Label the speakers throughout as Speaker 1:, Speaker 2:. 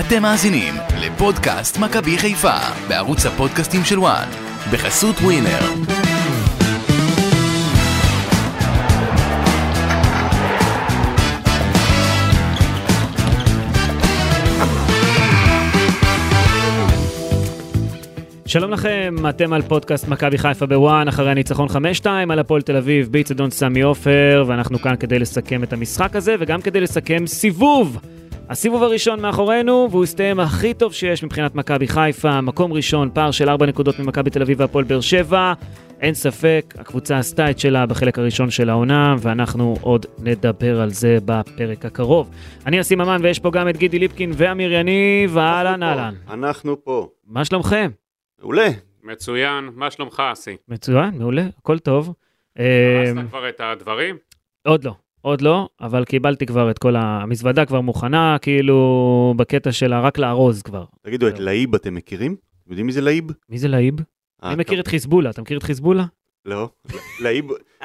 Speaker 1: אתם מאזינים לפודקאסט מכבי חיפה בערוץ הפודקאסטים של וואן בחסות ווינר.
Speaker 2: שלום לכם, אתם על פודקאסט מכבי חיפה בוואן, אחרי הניצחון 5-2 על הפועל תל אביב, ביצדון סמי עופר, ואנחנו כאן כדי לסכם את המשחק הזה, וגם כדי לסכם סיבוב. הסיבוב הראשון מאחורינו, והוא הסתיים הכי טוב שיש מבחינת מכבי חיפה, מקום ראשון, פער של 4 נקודות ממכבי תל אביב והפועל באר שבע. אין ספק, הקבוצה עשתה את שלה בחלק הראשון של העונה, ואנחנו עוד נדבר על זה בפרק הקרוב. אני אסים ממן, ויש פה גם את גידי ליפקין ואמיר יניב, אהלן אהלן.
Speaker 3: אנחנו פה.
Speaker 2: מה שלומכם?
Speaker 3: מעולה.
Speaker 4: מצוין, מה שלומך אסי?
Speaker 2: מצוין, מעולה, הכל טוב. אמ,
Speaker 4: הרסת כבר את הדברים?
Speaker 2: עוד לא, עוד לא, אבל קיבלתי כבר את כל ה- המזוודה כבר מוכנה, כאילו, בקטע של ה- רק לארוז כבר.
Speaker 3: תגידו, את להיב אתם מכירים? אתם יודעים מי זה להיב?
Speaker 2: מי זה להיב?
Speaker 3: אה,
Speaker 2: אני מכיר
Speaker 3: אתה-
Speaker 2: את חיזבולה, אתה מכיר את חיזבולה?
Speaker 3: לא. להיב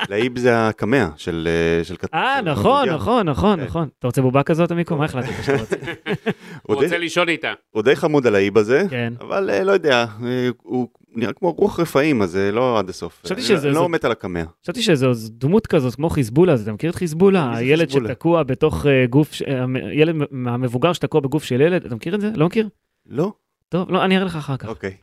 Speaker 3: להיב זה הקמע של אה, של קט-
Speaker 2: אה,
Speaker 3: של
Speaker 2: נכון,
Speaker 3: המונדיאל.
Speaker 2: נכון, נכון,
Speaker 3: כן.
Speaker 2: נכון. אתה רוצה בובה כזאת, עמיקו? מה החלטת שאתה רוצה?
Speaker 3: הוא
Speaker 4: הוא
Speaker 3: די-
Speaker 4: רוצה לישון איתה.
Speaker 3: הוא די חמוד על ההיב הזה,
Speaker 2: כן.
Speaker 3: אבל אה, לא יודע, אה, הוא נראה כמו רוח רפאים, אז אה, לא עד הסוף.
Speaker 2: חשבתי
Speaker 3: אני לא-
Speaker 2: שזה-
Speaker 3: אני
Speaker 2: זאת-
Speaker 3: לא מת על הקמע.
Speaker 2: חשבתי שזו זו דמות כזאת, כמו חיזבולה, אז אתה מכיר את חיזבולה?
Speaker 3: מי זה
Speaker 2: הילד
Speaker 3: חיזבולה?
Speaker 2: שתקוע בתוך אה, גוף, ש- אה, המ- ילד מ- המבוגר שתקוע בגוף של ילד, אתה מכיר את זה? לא מכיר?
Speaker 3: לא?
Speaker 2: טוב, לא, אני אראה לך אחר כך.
Speaker 3: אוקיי.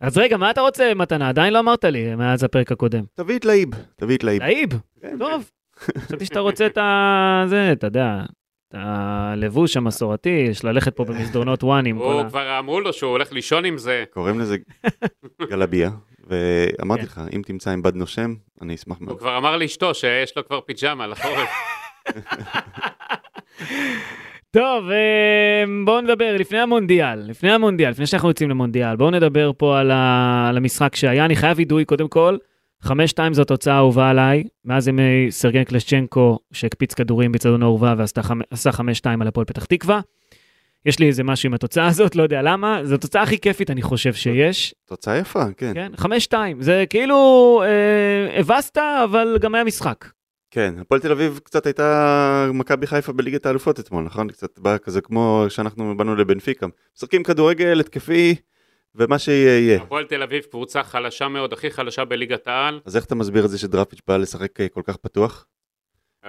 Speaker 2: אז רגע, מה אתה רוצה מתנה? עדיין לא אמרת לי מאז הפרק הקודם.
Speaker 3: תביא את להיב, תביא את להיב.
Speaker 2: להיב,
Speaker 3: כן.
Speaker 2: טוב. חשבתי שאתה רוצה את ה... זה, אתה יודע, את הלבוש המסורתי, יש ללכת פה במסדרונות וואן עם כל
Speaker 4: הוא
Speaker 2: ה...
Speaker 4: כבר אמרו לו שהוא הולך לישון עם זה.
Speaker 3: קוראים לזה גלביה, ואמרתי
Speaker 2: כן.
Speaker 3: לך, אם תמצא עם בד נושם, אני אשמח
Speaker 4: הוא
Speaker 3: מאוד.
Speaker 4: כבר אמר לאשתו שיש לו כבר פיג'מה לחורף.
Speaker 2: טוב, אה, בואו נדבר לפני המונדיאל, לפני המונדיאל, לפני שאנחנו יוצאים למונדיאל, בואו נדבר פה על, ה... על המשחק שהיה. אני חייב וידוי, קודם כל, 5-2 זו התוצאה האהובה עליי, מאז ימי סרגן קלשצ'נקו, שהקפיץ כדורים בצדון האורווה ועשה חמ- עשה 5-2 על הפועל פתח תקווה. יש לי איזה משהו עם התוצאה הזאת, לא יודע למה. זו התוצאה הכי כיפית, אני חושב שיש.
Speaker 3: תוצאה יפה, כן.
Speaker 2: כן, 5-2. זה כאילו, אה, הבסת, אבל גם היה משחק.
Speaker 3: כן, הפועל תל אביב קצת הייתה מכבי חיפה בליגת האלופות אתמול, נכון? קצת בא כזה כמו שאנחנו באנו לבנפיקה. משחקים כדורגל התקפי, ומה שיהיה
Speaker 2: כן.
Speaker 3: יהיה.
Speaker 4: הפועל תל אביב קבוצה חלשה מאוד, הכי חלשה בליגת העל.
Speaker 3: אז איך אתה מסביר את זה שדראפיץ' בא לשחק אה, כל כך פתוח?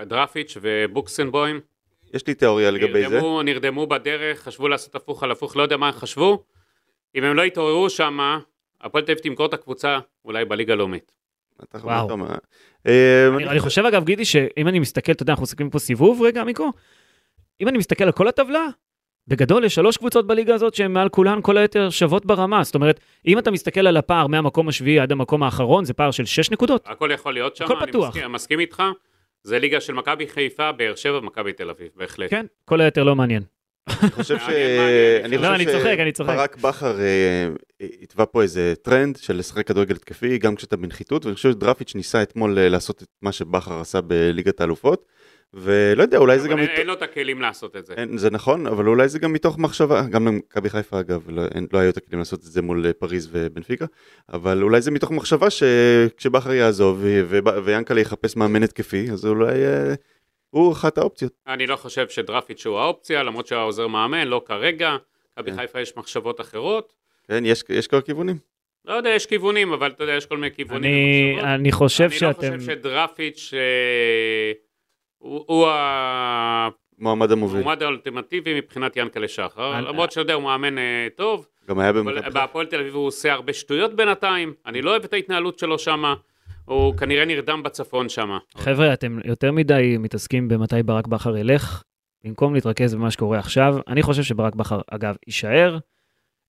Speaker 4: דרפיץ' ובוקסנבוים.
Speaker 3: יש לי תיאוריה לגבי זה.
Speaker 4: נרדמו, נרדמו בדרך, חשבו לעשות הפוך על הפוך, לא יודע מה הם חשבו. אם הם לא יתעוררו שמה, הפועל תל אביב תמכור את הקבוצה אולי בליגה הלאומית.
Speaker 3: אתה יכול
Speaker 2: וואו.
Speaker 3: לטעום, אה, אה,
Speaker 2: אני- אני חושב אגב, גידי, שאם אני מסתכל, אתה יודע, אנחנו מסתכלים פה סיבוב רגע, מיקו, אם אני מסתכל על כל הטבלה, בגדול יש שלוש קבוצות בליגה הזאת שהן מעל כולן, כל היתר שוות ברמה. זאת אומרת, אם אתה מסתכל על הפער מהמקום השביעי עד המקום האחרון, זה פער של שש נקודות.
Speaker 4: הכל יכול להיות שם,
Speaker 2: הכל
Speaker 4: אני
Speaker 2: פתוח.
Speaker 4: מסכים- מסכים איתך. זה ליגה של מכבי חיפה, באר שבע, מכבי תל אביב, בהחלט.
Speaker 2: כן, כל היתר לא מעניין.
Speaker 3: אני חושב ש...
Speaker 4: מעניין, מעניין.
Speaker 3: אני
Speaker 4: לא,
Speaker 3: חושב
Speaker 2: אני
Speaker 3: ש-
Speaker 2: צוחק, אני צוחק.
Speaker 3: ברק בכר אה, התווה פה איזה טרנד של לשחק כדורגל התקפי, גם כשאתה בנחיתות, ואני חושב שדראפיץ' ניסה אתמול אה, לעשות את מה שבכר עשה בליגת האלופות, ולא יודע, אולי זה
Speaker 4: אבל
Speaker 3: גם...
Speaker 4: אין-
Speaker 3: ית-
Speaker 4: אין לו את הכלים לעשות את זה.
Speaker 3: אין, זה נכון, אבל אולי זה גם מתוך מחשבה, גם למכבי חיפה אגב, לא, אין, לא היו את הכלים לעשות את זה מול אה, פריז ובנפיקה, אבל אולי זה מתוך מחשבה שכשבכר יעזוב ו- ו- ויאנקלה יחפש מאמן התקפי, אז אולי אה, הוא אחת האופציות.
Speaker 4: אני לא חושב שדרפיץ' הוא האופציה, למרות שהוא העוזר מאמן, לא כרגע. מכבי
Speaker 3: כן.
Speaker 4: חיפה יש מחשבות אחרות.
Speaker 3: כן, יש, יש כל הכיוונים.
Speaker 4: לא יודע, יש כיוונים, אבל אתה יודע, יש כל מיני כיוונים.
Speaker 2: אני
Speaker 4: ומחשבות.
Speaker 2: אני חושב
Speaker 4: אני
Speaker 2: שאתם...
Speaker 4: לא חושב שדרפיץ' אה, הוא הוא המועמד
Speaker 3: מועמד המוביל.
Speaker 4: האולטימטיבי מבחינת ינקלה שחר.
Speaker 2: אני-
Speaker 4: למרות שאתה יודע, הוא מאמן אה, טוב,
Speaker 3: גם היה
Speaker 4: אבל
Speaker 3: במכבי חיפה.
Speaker 4: בהפועל תל אביב הוא עושה הרבה שטויות בינתיים. אני לא אוהב את ההתנהלות שלו שמה. הוא כנראה נרדם בצפון שמה.
Speaker 2: חבר'ה, אתם יותר מדי מתעסקים במתי ברק בכר ילך, במקום להתרכז במה שקורה עכשיו. אני חושב שברק בכר, אגב, יישאר.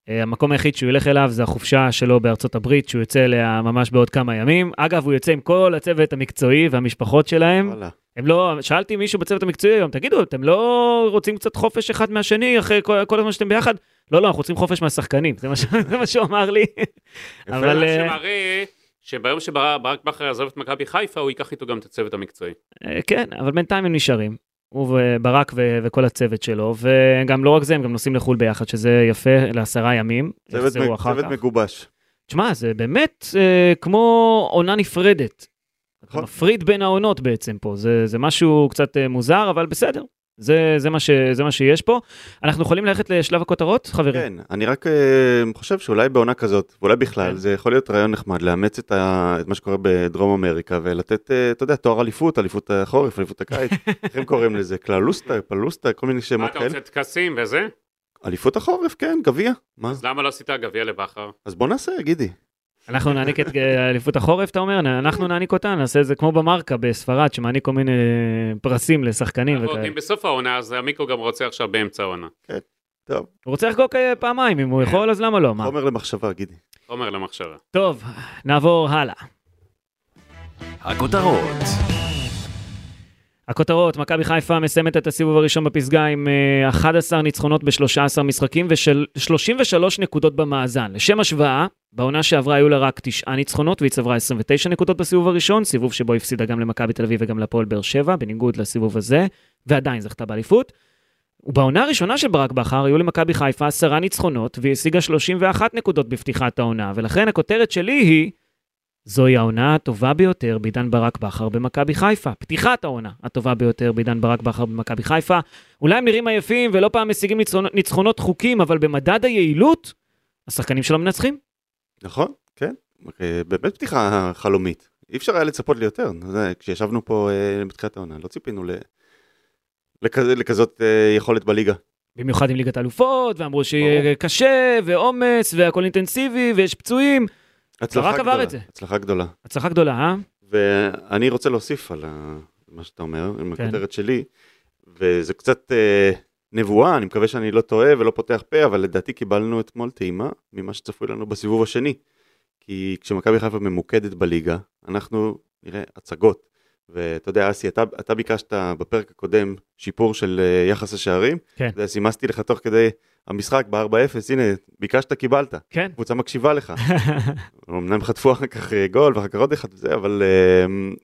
Speaker 2: אה, המקום היחיד שהוא ילך אליו זה החופשה שלו בארצות הברית, שהוא יוצא אליה ממש בעוד כמה ימים. אגב, הוא יוצא עם כל הצוות המקצועי והמשפחות שלהם.
Speaker 3: וואלה.
Speaker 2: הם לא, שאלתי מישהו בצוות המקצועי היום, תגידו, אתם לא רוצים קצת חופש אחד מהשני אחרי כל, כל הזמן שאתם ביחד? לא, לא, אנחנו רוצים חופש מהשחקנים, זה מה, ש- זה מה שהוא אמר לי.
Speaker 3: יפה.
Speaker 2: אבל,
Speaker 4: מה
Speaker 2: אה,
Speaker 4: שמראה שביום שברק בכר יעזוב את מכבי חיפה, הוא ייקח איתו גם את הצוות המקצועי.
Speaker 2: אה, כן, אבל בינתיים הם נשארים. הוא וברק ו- וכל הצוות שלו, וגם לא רק זה, הם גם נוסעים לחו"ל ביחד, שזה יפה לעשרה ימים.
Speaker 3: צוות,
Speaker 2: יחזרו
Speaker 3: מג-
Speaker 2: אחר
Speaker 3: צוות
Speaker 2: כך.
Speaker 3: מגובש.
Speaker 2: תשמע, זה באמת אה, כמו עונה נפרדת. אתה
Speaker 3: נכון.
Speaker 2: מפריד בין העונות בעצם פה, זה, זה משהו קצת אה, מוזר, אבל בסדר. זה, זה, מה ש, זה מה שיש פה. אנחנו יכולים ללכת לשלב הכותרות, חברים?
Speaker 3: כן, אני רק אה, חושב שאולי בעונה כזאת, ואולי בכלל,
Speaker 2: כן.
Speaker 3: זה יכול להיות רעיון נחמד לאמץ את, ה... את מה שקורה בדרום אמריקה ולתת, אה, אתה יודע, תואר אליפות, אליפות החורף, אליפות הקיץ, איך הם קוראים לזה? קללוסטה, פלוסטה, כל מיני
Speaker 4: מה
Speaker 3: שמות
Speaker 4: אתה
Speaker 3: כאלה.
Speaker 4: רוצה טקסים וזה?
Speaker 3: אליפות החורף, כן, גביע. מה?
Speaker 4: אז למה לא עשית גביע לבכר?
Speaker 2: כן,
Speaker 3: אז בוא נעשה, גידי.
Speaker 2: אנחנו נעניק את אה, אליפות החורף, אתה אומר? אנחנו נעניק אותה, נעשה את זה כמו במרקה בספרד, שמעניק כל מיני אה, פרסים לשחקנים
Speaker 4: אנחנו
Speaker 2: וכאלה.
Speaker 4: נותנים בסוף העונה, אז המיקרו גם רוצה עכשיו באמצע העונה.
Speaker 3: טוב,
Speaker 2: הוא רוצה לחגוג אה, פעמיים, אם הוא יכול, אז למה לא? מה?
Speaker 3: חומר למחשבה, גידי.
Speaker 4: חומר למחשבה.
Speaker 2: טוב, נעבור הלאה.
Speaker 1: הכותרות,
Speaker 2: הכותרות, מכבי חיפה מסיימת את הסיבוב הראשון בפסגה עם אה, 11 ניצחונות ב-13 משחקים ו-33 נקודות במאזן. לשם השוואה, בעונה שעברה היו לה רק 9 ניצחונות והיא צברה 29 נקודות בסיבוב הראשון, סיבוב שבו הפסידה גם למכבי תל אביב וגם להפועל באר שבע, בניגוד לסיבוב הזה, ועדיין זכתה באליפות. ובעונה הראשונה של ברק בכר היו למכבי חיפה 10 ניצחונות והיא השיגה 31 נקודות בפתיחת העונה, ולכן הכותרת שלי היא זוהי העונה הטובה ביותר בעידן ברק בכר במכבי חיפה. פתיחת העונה הטובה ביותר בעידן ברק בכר במכבי חיפה. אולי הם נראים עייפים ולא פעם משיגים ניצחונות, ניצחונות חוקים, אבל במדד היעילות, השחקנים שלו מנצחים.
Speaker 3: נכון, כן. אוקיי, באמת פתיחה חלומית. אי אפשר היה לצפות לי יותר. זה, כשישבנו פה אה, בתחילת העונה, לא ציפינו ל... לכזה, לכזאת אה, יכולת בליגה.
Speaker 2: במיוחד עם ליגת האלופות, ואמרו
Speaker 3: ברור.
Speaker 2: שיהיה קשה, ועומס, והכל אינטנסיבי, ויש פצועים.
Speaker 3: הצלחה
Speaker 2: ברק עבר
Speaker 3: גדולה.
Speaker 2: את זה.
Speaker 3: הצלחה גדולה.
Speaker 2: הצלחה גדולה, אה?
Speaker 3: ואני רוצה להוסיף על ה- מה שאתה אומר, עם
Speaker 2: כן.
Speaker 3: הכותרת שלי, וזה קצת אה, נבואה, אני מקווה שאני לא טועה ולא פותח פה, אבל לדעתי קיבלנו אתמול טעימה ממה שצפוי לנו בסיבוב השני. כי כשמכבי חיפה ממוקדת בליגה, אנחנו נראה הצגות. ואתה יודע, אסי, אתה, אתה ביקשת בפרק הקודם שיפור של אה, יחס השערים.
Speaker 2: כן.
Speaker 3: אתה יודע, סימסתי לך תוך כדי המשחק ב-4-0, הנה, ביקשת, קיבלת.
Speaker 2: כן.
Speaker 3: הקבוצה מקשיבה לך. אמנם חטפו אחר כך אה, גול ואחר כך עוד אחד וזה, אבל אה,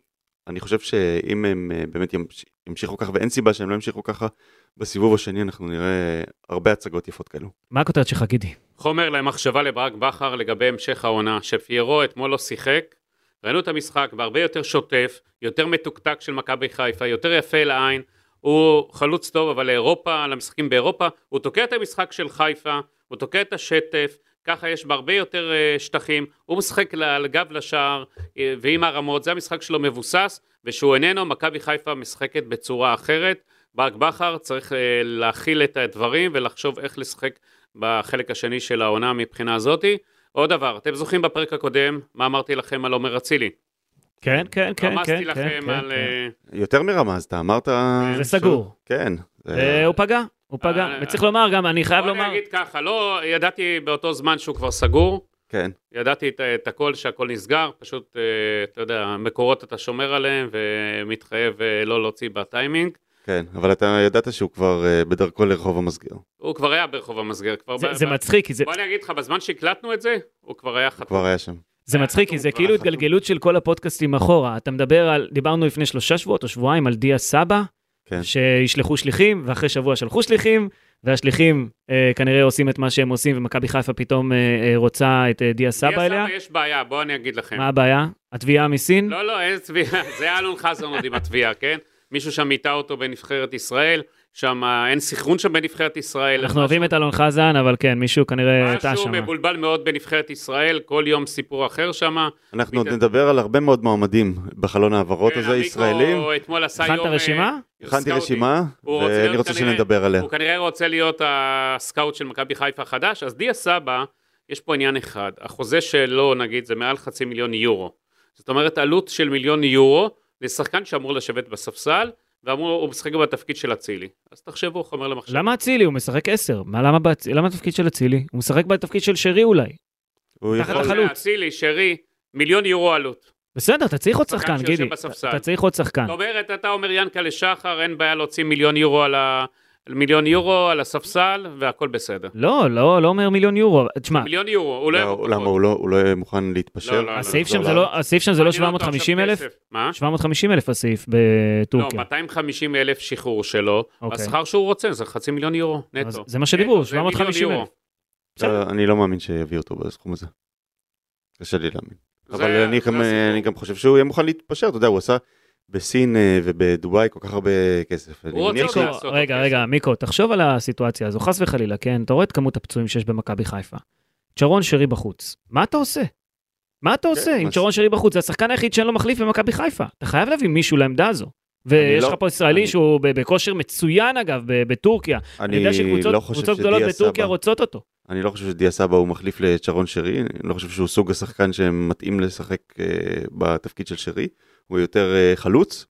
Speaker 3: אני חושב שאם הם אה, באמת ימש- ימשיכו ככה, ואין סיבה שהם לא ימשיכו ככה, בסיבוב השני אנחנו נראה הרבה הצגות יפות כאלו.
Speaker 2: מה הכותרת שלך, גידי?
Speaker 4: חומר למחשבה לברק בכר לגבי המשך העונה, שפיירו אתמול לא שיחק, ראינו את המשחק בהרבה יותר שוטף, יותר מתוקתק של מכבי חיפה, יותר יפה לעין, הוא חלוץ טוב, אבל לאירופה, למשחקים באירופה, הוא תוקע את המשחק של חיפה, הוא תוקע את השטף, ככה יש בה הרבה יותר אה, שטחים, הוא משחק ל- על גב לשער אה, ועם הרמות, זה המשחק שלו מבוסס, ושהוא איננו, מכבי חיפה משחקת בצורה אחרת. ברק בכר צריך אה, להכיל את הדברים ולחשוב איך לשחק בחלק השני של העונה מבחינה זאתי. עוד דבר, אתם זוכרים בפרק הקודם מה אמרתי לכם על עומר אצילי?
Speaker 2: כן, כן, כן, כן,
Speaker 4: רמזתי
Speaker 2: כן.
Speaker 4: לכם
Speaker 2: כן,
Speaker 4: על...
Speaker 2: כן.
Speaker 4: אה,
Speaker 3: יותר מרמז, אתה אמרת...
Speaker 2: זה סגור.
Speaker 3: כן.
Speaker 2: אה, הוא פגע, הוא פגע.
Speaker 4: אה,
Speaker 2: וצריך לומר גם, אני חייב
Speaker 4: בוא
Speaker 2: לומר...
Speaker 4: נגיד ככה, לא ידעתי באותו זמן שהוא כבר סגור,
Speaker 3: כן.
Speaker 4: ידעתי את, את הכל, שהכל נסגר, פשוט, אה, אתה יודע, מקורות אתה שומר עליהם ומתחייב אה, לא להוציא בטיימינג.
Speaker 3: כן, אבל אתה ידעת שהוא כבר אה, בדרכו לרחוב המסגר.
Speaker 4: הוא כבר היה ברחוב המסגר, כבר...
Speaker 2: זה-
Speaker 4: ב-
Speaker 2: זה
Speaker 4: ב-
Speaker 2: מצחיק, כי זה
Speaker 4: בוא אני אגיד לך, בזמן שהקלטנו את זה, הוא כבר היה
Speaker 3: הוא
Speaker 4: חתום.
Speaker 3: כבר היה שם.
Speaker 2: זה מצחיק, כי זה כאילו
Speaker 4: אה,
Speaker 3: חתום.
Speaker 2: התגלגלות של כל הפודקאסטים אחורה. אתה מדבר על, דיברנו לפני שלושה שבועות או שבועיים על דיה סבא,
Speaker 3: כן.
Speaker 2: שישלחו שליחים, ואחרי שבוע שלחו שליחים, והשליחים אה, כנראה עושים את מה שהם עושים, ומכבי חיפה פתאום אה, אה, רוצה את אה, דיה סבא אליה.
Speaker 4: יש בעיה, בוא אני אגיד לכם.
Speaker 2: מה הבעיה? התביעה מסין?
Speaker 4: לא, לא, אין תביעה, זה אלון חזן עוד עם התביעה, כן? מישהו שם מיטה אותו בנבחרת ישראל, שם אה, אין סנכרון שם בנבחרת ישראל.
Speaker 2: אנחנו אוהבים את אלון חזן, אבל כן, מישהו כנראה טעה
Speaker 4: לא, משהו
Speaker 2: שם.
Speaker 4: מבולבל מאוד בנבחרת ישראל, כל יום סיפור אחר שם.
Speaker 3: אנחנו עוד
Speaker 4: מת-
Speaker 3: נדבר על הרבה מאוד מועמדים בחלון ההעברות
Speaker 2: כן,
Speaker 3: הזה, ישראלים.
Speaker 4: כן, אתמול עשה יום...
Speaker 2: הכנת רשימה?
Speaker 3: הכנתי
Speaker 4: אה, סקאוטינג.
Speaker 3: רשימה,
Speaker 4: הוא רוצה להיות
Speaker 3: ואני רוצה
Speaker 4: כנראה-
Speaker 3: שנדבר עליה.
Speaker 4: הוא כנראה רוצה להיות הסקאוט של מכבי חיפה החדש, אז דיה סבא, יש פה עניין אחד, החוזה שלו נגיד זה מעל חצי מיליון יורו. זאת אומרת עלות של מיליון יורו לשחקן שאמור לשבת בספסל, ואמור הוא משחק בתפקיד של אצילי. אז תחשבו, חומר למחשב.
Speaker 2: למה אצילי? הוא משחק עשר. מה- למה בצ- למה התפקיד של אצילי? הוא משחק בתפקיד של שרי אולי.
Speaker 3: הוא
Speaker 2: תחת
Speaker 3: יכול-
Speaker 2: החלון. החלוץ?
Speaker 4: אוקיי,
Speaker 2: אה.
Speaker 4: אצילי, שרי, מיליון יורו עלות.
Speaker 2: בסדר, אתה צריך עוד
Speaker 4: שחקן
Speaker 2: שחקן,
Speaker 4: שיושב
Speaker 2: גידי.
Speaker 4: בספסל. לא,
Speaker 2: אתה צריך עוד שחקן.
Speaker 4: זאת אומרת, אתה אומר ינקלה שחר, אין בעיה להוציא מיליון יורו על ה... מיליון יורו על הספסל, והכל בסדר.
Speaker 2: לא, לא, לא אומר מיליון יורו. תשמע,
Speaker 4: מיליון יורו, הוא לא
Speaker 3: לא,
Speaker 4: יבוא
Speaker 3: למה
Speaker 4: פחות.
Speaker 3: הוא לא- הוא לא יהיה מוכן להתפשר?
Speaker 4: לא, לא, לא.
Speaker 2: הסעיף
Speaker 3: לחזור
Speaker 2: שם זה
Speaker 3: לארץ?
Speaker 2: נכון. לא, הסעיף שם זה לא
Speaker 4: מעניין אותו
Speaker 2: 750
Speaker 4: עכשיו
Speaker 2: אלף?
Speaker 4: כסף. מה?
Speaker 2: 750 אלף הסעיף
Speaker 4: לא,
Speaker 2: בטורקיה.
Speaker 4: 250 אלף שחרור שלו,
Speaker 2: אוקיי.
Speaker 4: השכר שהוא רוצה זה חצי מיליון יורו
Speaker 2: אז
Speaker 4: נטו.
Speaker 2: זה מה
Speaker 4: נטו,
Speaker 2: שדיברו,
Speaker 4: זה מיליון
Speaker 2: 750
Speaker 4: יורו.
Speaker 2: אלף.
Speaker 3: לא, אני לא מאמין שיביאו אותו בסכום הזה. קשה לי להאמין.
Speaker 4: זה-
Speaker 3: אבל אני
Speaker 4: זה
Speaker 3: גם- אה,
Speaker 4: הסיפור.
Speaker 2: לא
Speaker 3: אני גם חושב שהוא יהיה מוכן להתפשר, אתה יודע, הוא עשה בסין אה, ובדובאי כל כך הרבה כסף. אני
Speaker 4: רוצה
Speaker 3: מניח
Speaker 4: אותו.
Speaker 3: ש-
Speaker 4: לעשות עוד
Speaker 2: רגע,
Speaker 4: כסף.
Speaker 2: רגע, מיקו, תחשוב על הסיטואציה הזו, חס וחלילה, כן? אתה רואה את כמות הפצועים שיש במכבי חיפה. צ'רון שרי בחוץ, מה אתה עושה? מה אתה עושה עם
Speaker 3: אז-
Speaker 2: צ'רון שרי בחוץ? זה השחקן היחיד שאין לו מחליף במכבי חיפה. אתה חייב להביא מישהו לעמדה הזו. ויש
Speaker 3: לא-
Speaker 2: לך פה ישראלי
Speaker 3: אני-
Speaker 2: שהוא ב- בכושר מצוין, אגב, ב- בטורקיה. אני יודע שקבוצות
Speaker 3: לא חושב
Speaker 2: קבוצות
Speaker 3: שדיה
Speaker 2: גדולות בטורקיה
Speaker 3: סבא-
Speaker 2: רוצות אותו.
Speaker 3: אני לא חושב שדיה סבא הוא מחליף לצ'רון שרי, אני לא חושב שהוא סוג השחקן שמתאים לשחק אה, בתפקיד של שרי, הוא יותר אה, חלוץ,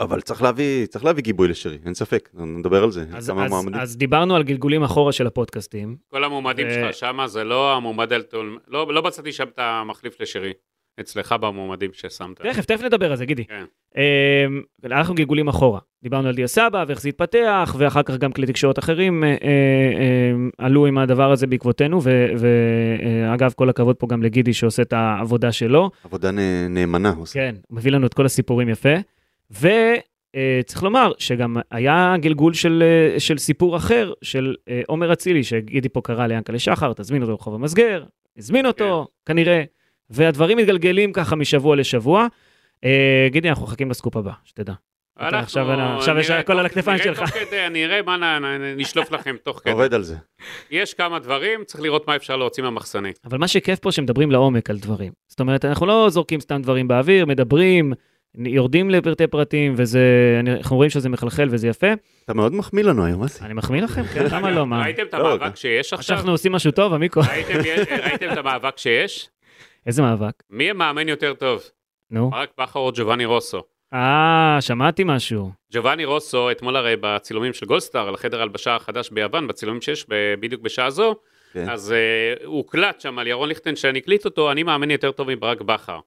Speaker 3: אבל צריך להביא, צריך להביא גיבוי לשרי, אין ספק, נדבר על זה,
Speaker 2: אז,
Speaker 3: כמה
Speaker 2: אז,
Speaker 3: מועמדים.
Speaker 2: אז דיברנו על גלגולים אחורה של הפודקאסטים.
Speaker 4: כל המועמדים
Speaker 2: ו-
Speaker 4: שלך שמה זה לא המועמד אלטון, לא לא מצאתי שם את המחליף לשרי, אצלך במועמדים ששמת.
Speaker 2: תכף, תכף נדבר על זה, גידי.
Speaker 4: כן.
Speaker 2: אה, הלכנו גלגולים אחורה. דיברנו על דיה סבא ואיך זה התפתח, ואחר כך גם כלי תקשורת אחרים אה, אה, עלו עם הדבר הזה בעקבותינו, ואגב, כל הכבוד פה גם לגידי שעושה את העבודה שלו.
Speaker 3: עבודה נ- נאמנה. הוא עושה.
Speaker 2: כן, הוא מביא לנו את כל הסיפורים יפה. וצריך לומר שגם היה גלגול של, אה, של סיפור אחר, של אה, עומר אצילי, שגידי פה קרא ליענקלה שחר, תזמין אותו לרחוב המסגר, הזמין אותו, כנראה, והדברים מתגלגלים ככה משבוע לשבוע. אה, גידי, אנחנו מחכים לסקופ הבא, שתדע.
Speaker 4: אנחנו
Speaker 2: עכשיו אין- עכשיו יש
Speaker 4: נראה
Speaker 2: הכל על
Speaker 4: תוך-
Speaker 2: הכתפיים
Speaker 4: נראה
Speaker 2: שלך.
Speaker 4: תוך כדי, אני אראה מה נ- נ- נשלוף לכם תוך כדי.
Speaker 3: עובד על זה.
Speaker 4: יש כמה דברים, צריך לראות מה אפשר להוציא מהמחסנית.
Speaker 2: אבל מה שכיף פה שמדברים לעומק על דברים. זאת אומרת, אנחנו לא זורקים סתם דברים באוויר, מדברים, יורדים לפרטי פרטים, וזה, אני- אנחנו רואים שזה מחלחל וזה יפה.
Speaker 3: אתה מאוד מחמיא לנו היום, מה זה?
Speaker 2: אני מחמיא לכם, כן, למה לא, מה?
Speaker 4: ראיתם את
Speaker 3: לא,
Speaker 4: המאבק שיש
Speaker 2: עכשיו
Speaker 4: עכשיו?
Speaker 2: אנחנו עושים משהו טוב, עמיקו.
Speaker 4: ראיתם ראיתם את המאבק שיש?
Speaker 2: איזה מאבק?
Speaker 4: מי המאמן יותר טוב?
Speaker 2: נו.
Speaker 4: ברק בכר או ג'ובאני רוסו?
Speaker 2: אה, שמעתי משהו.
Speaker 4: ג'ובאני רוסו, אתמול הרי בצילומים של גולדסטאר, על חדר ההלבשה החדש ביוון, בצילומים שיש ב- בדיוק בשעה זו,
Speaker 3: כן.
Speaker 4: אז uh, הוקלט שם על ירון ליכטנשטיין, הקליט אותו, אני מאמן יותר טוב מברק בכר.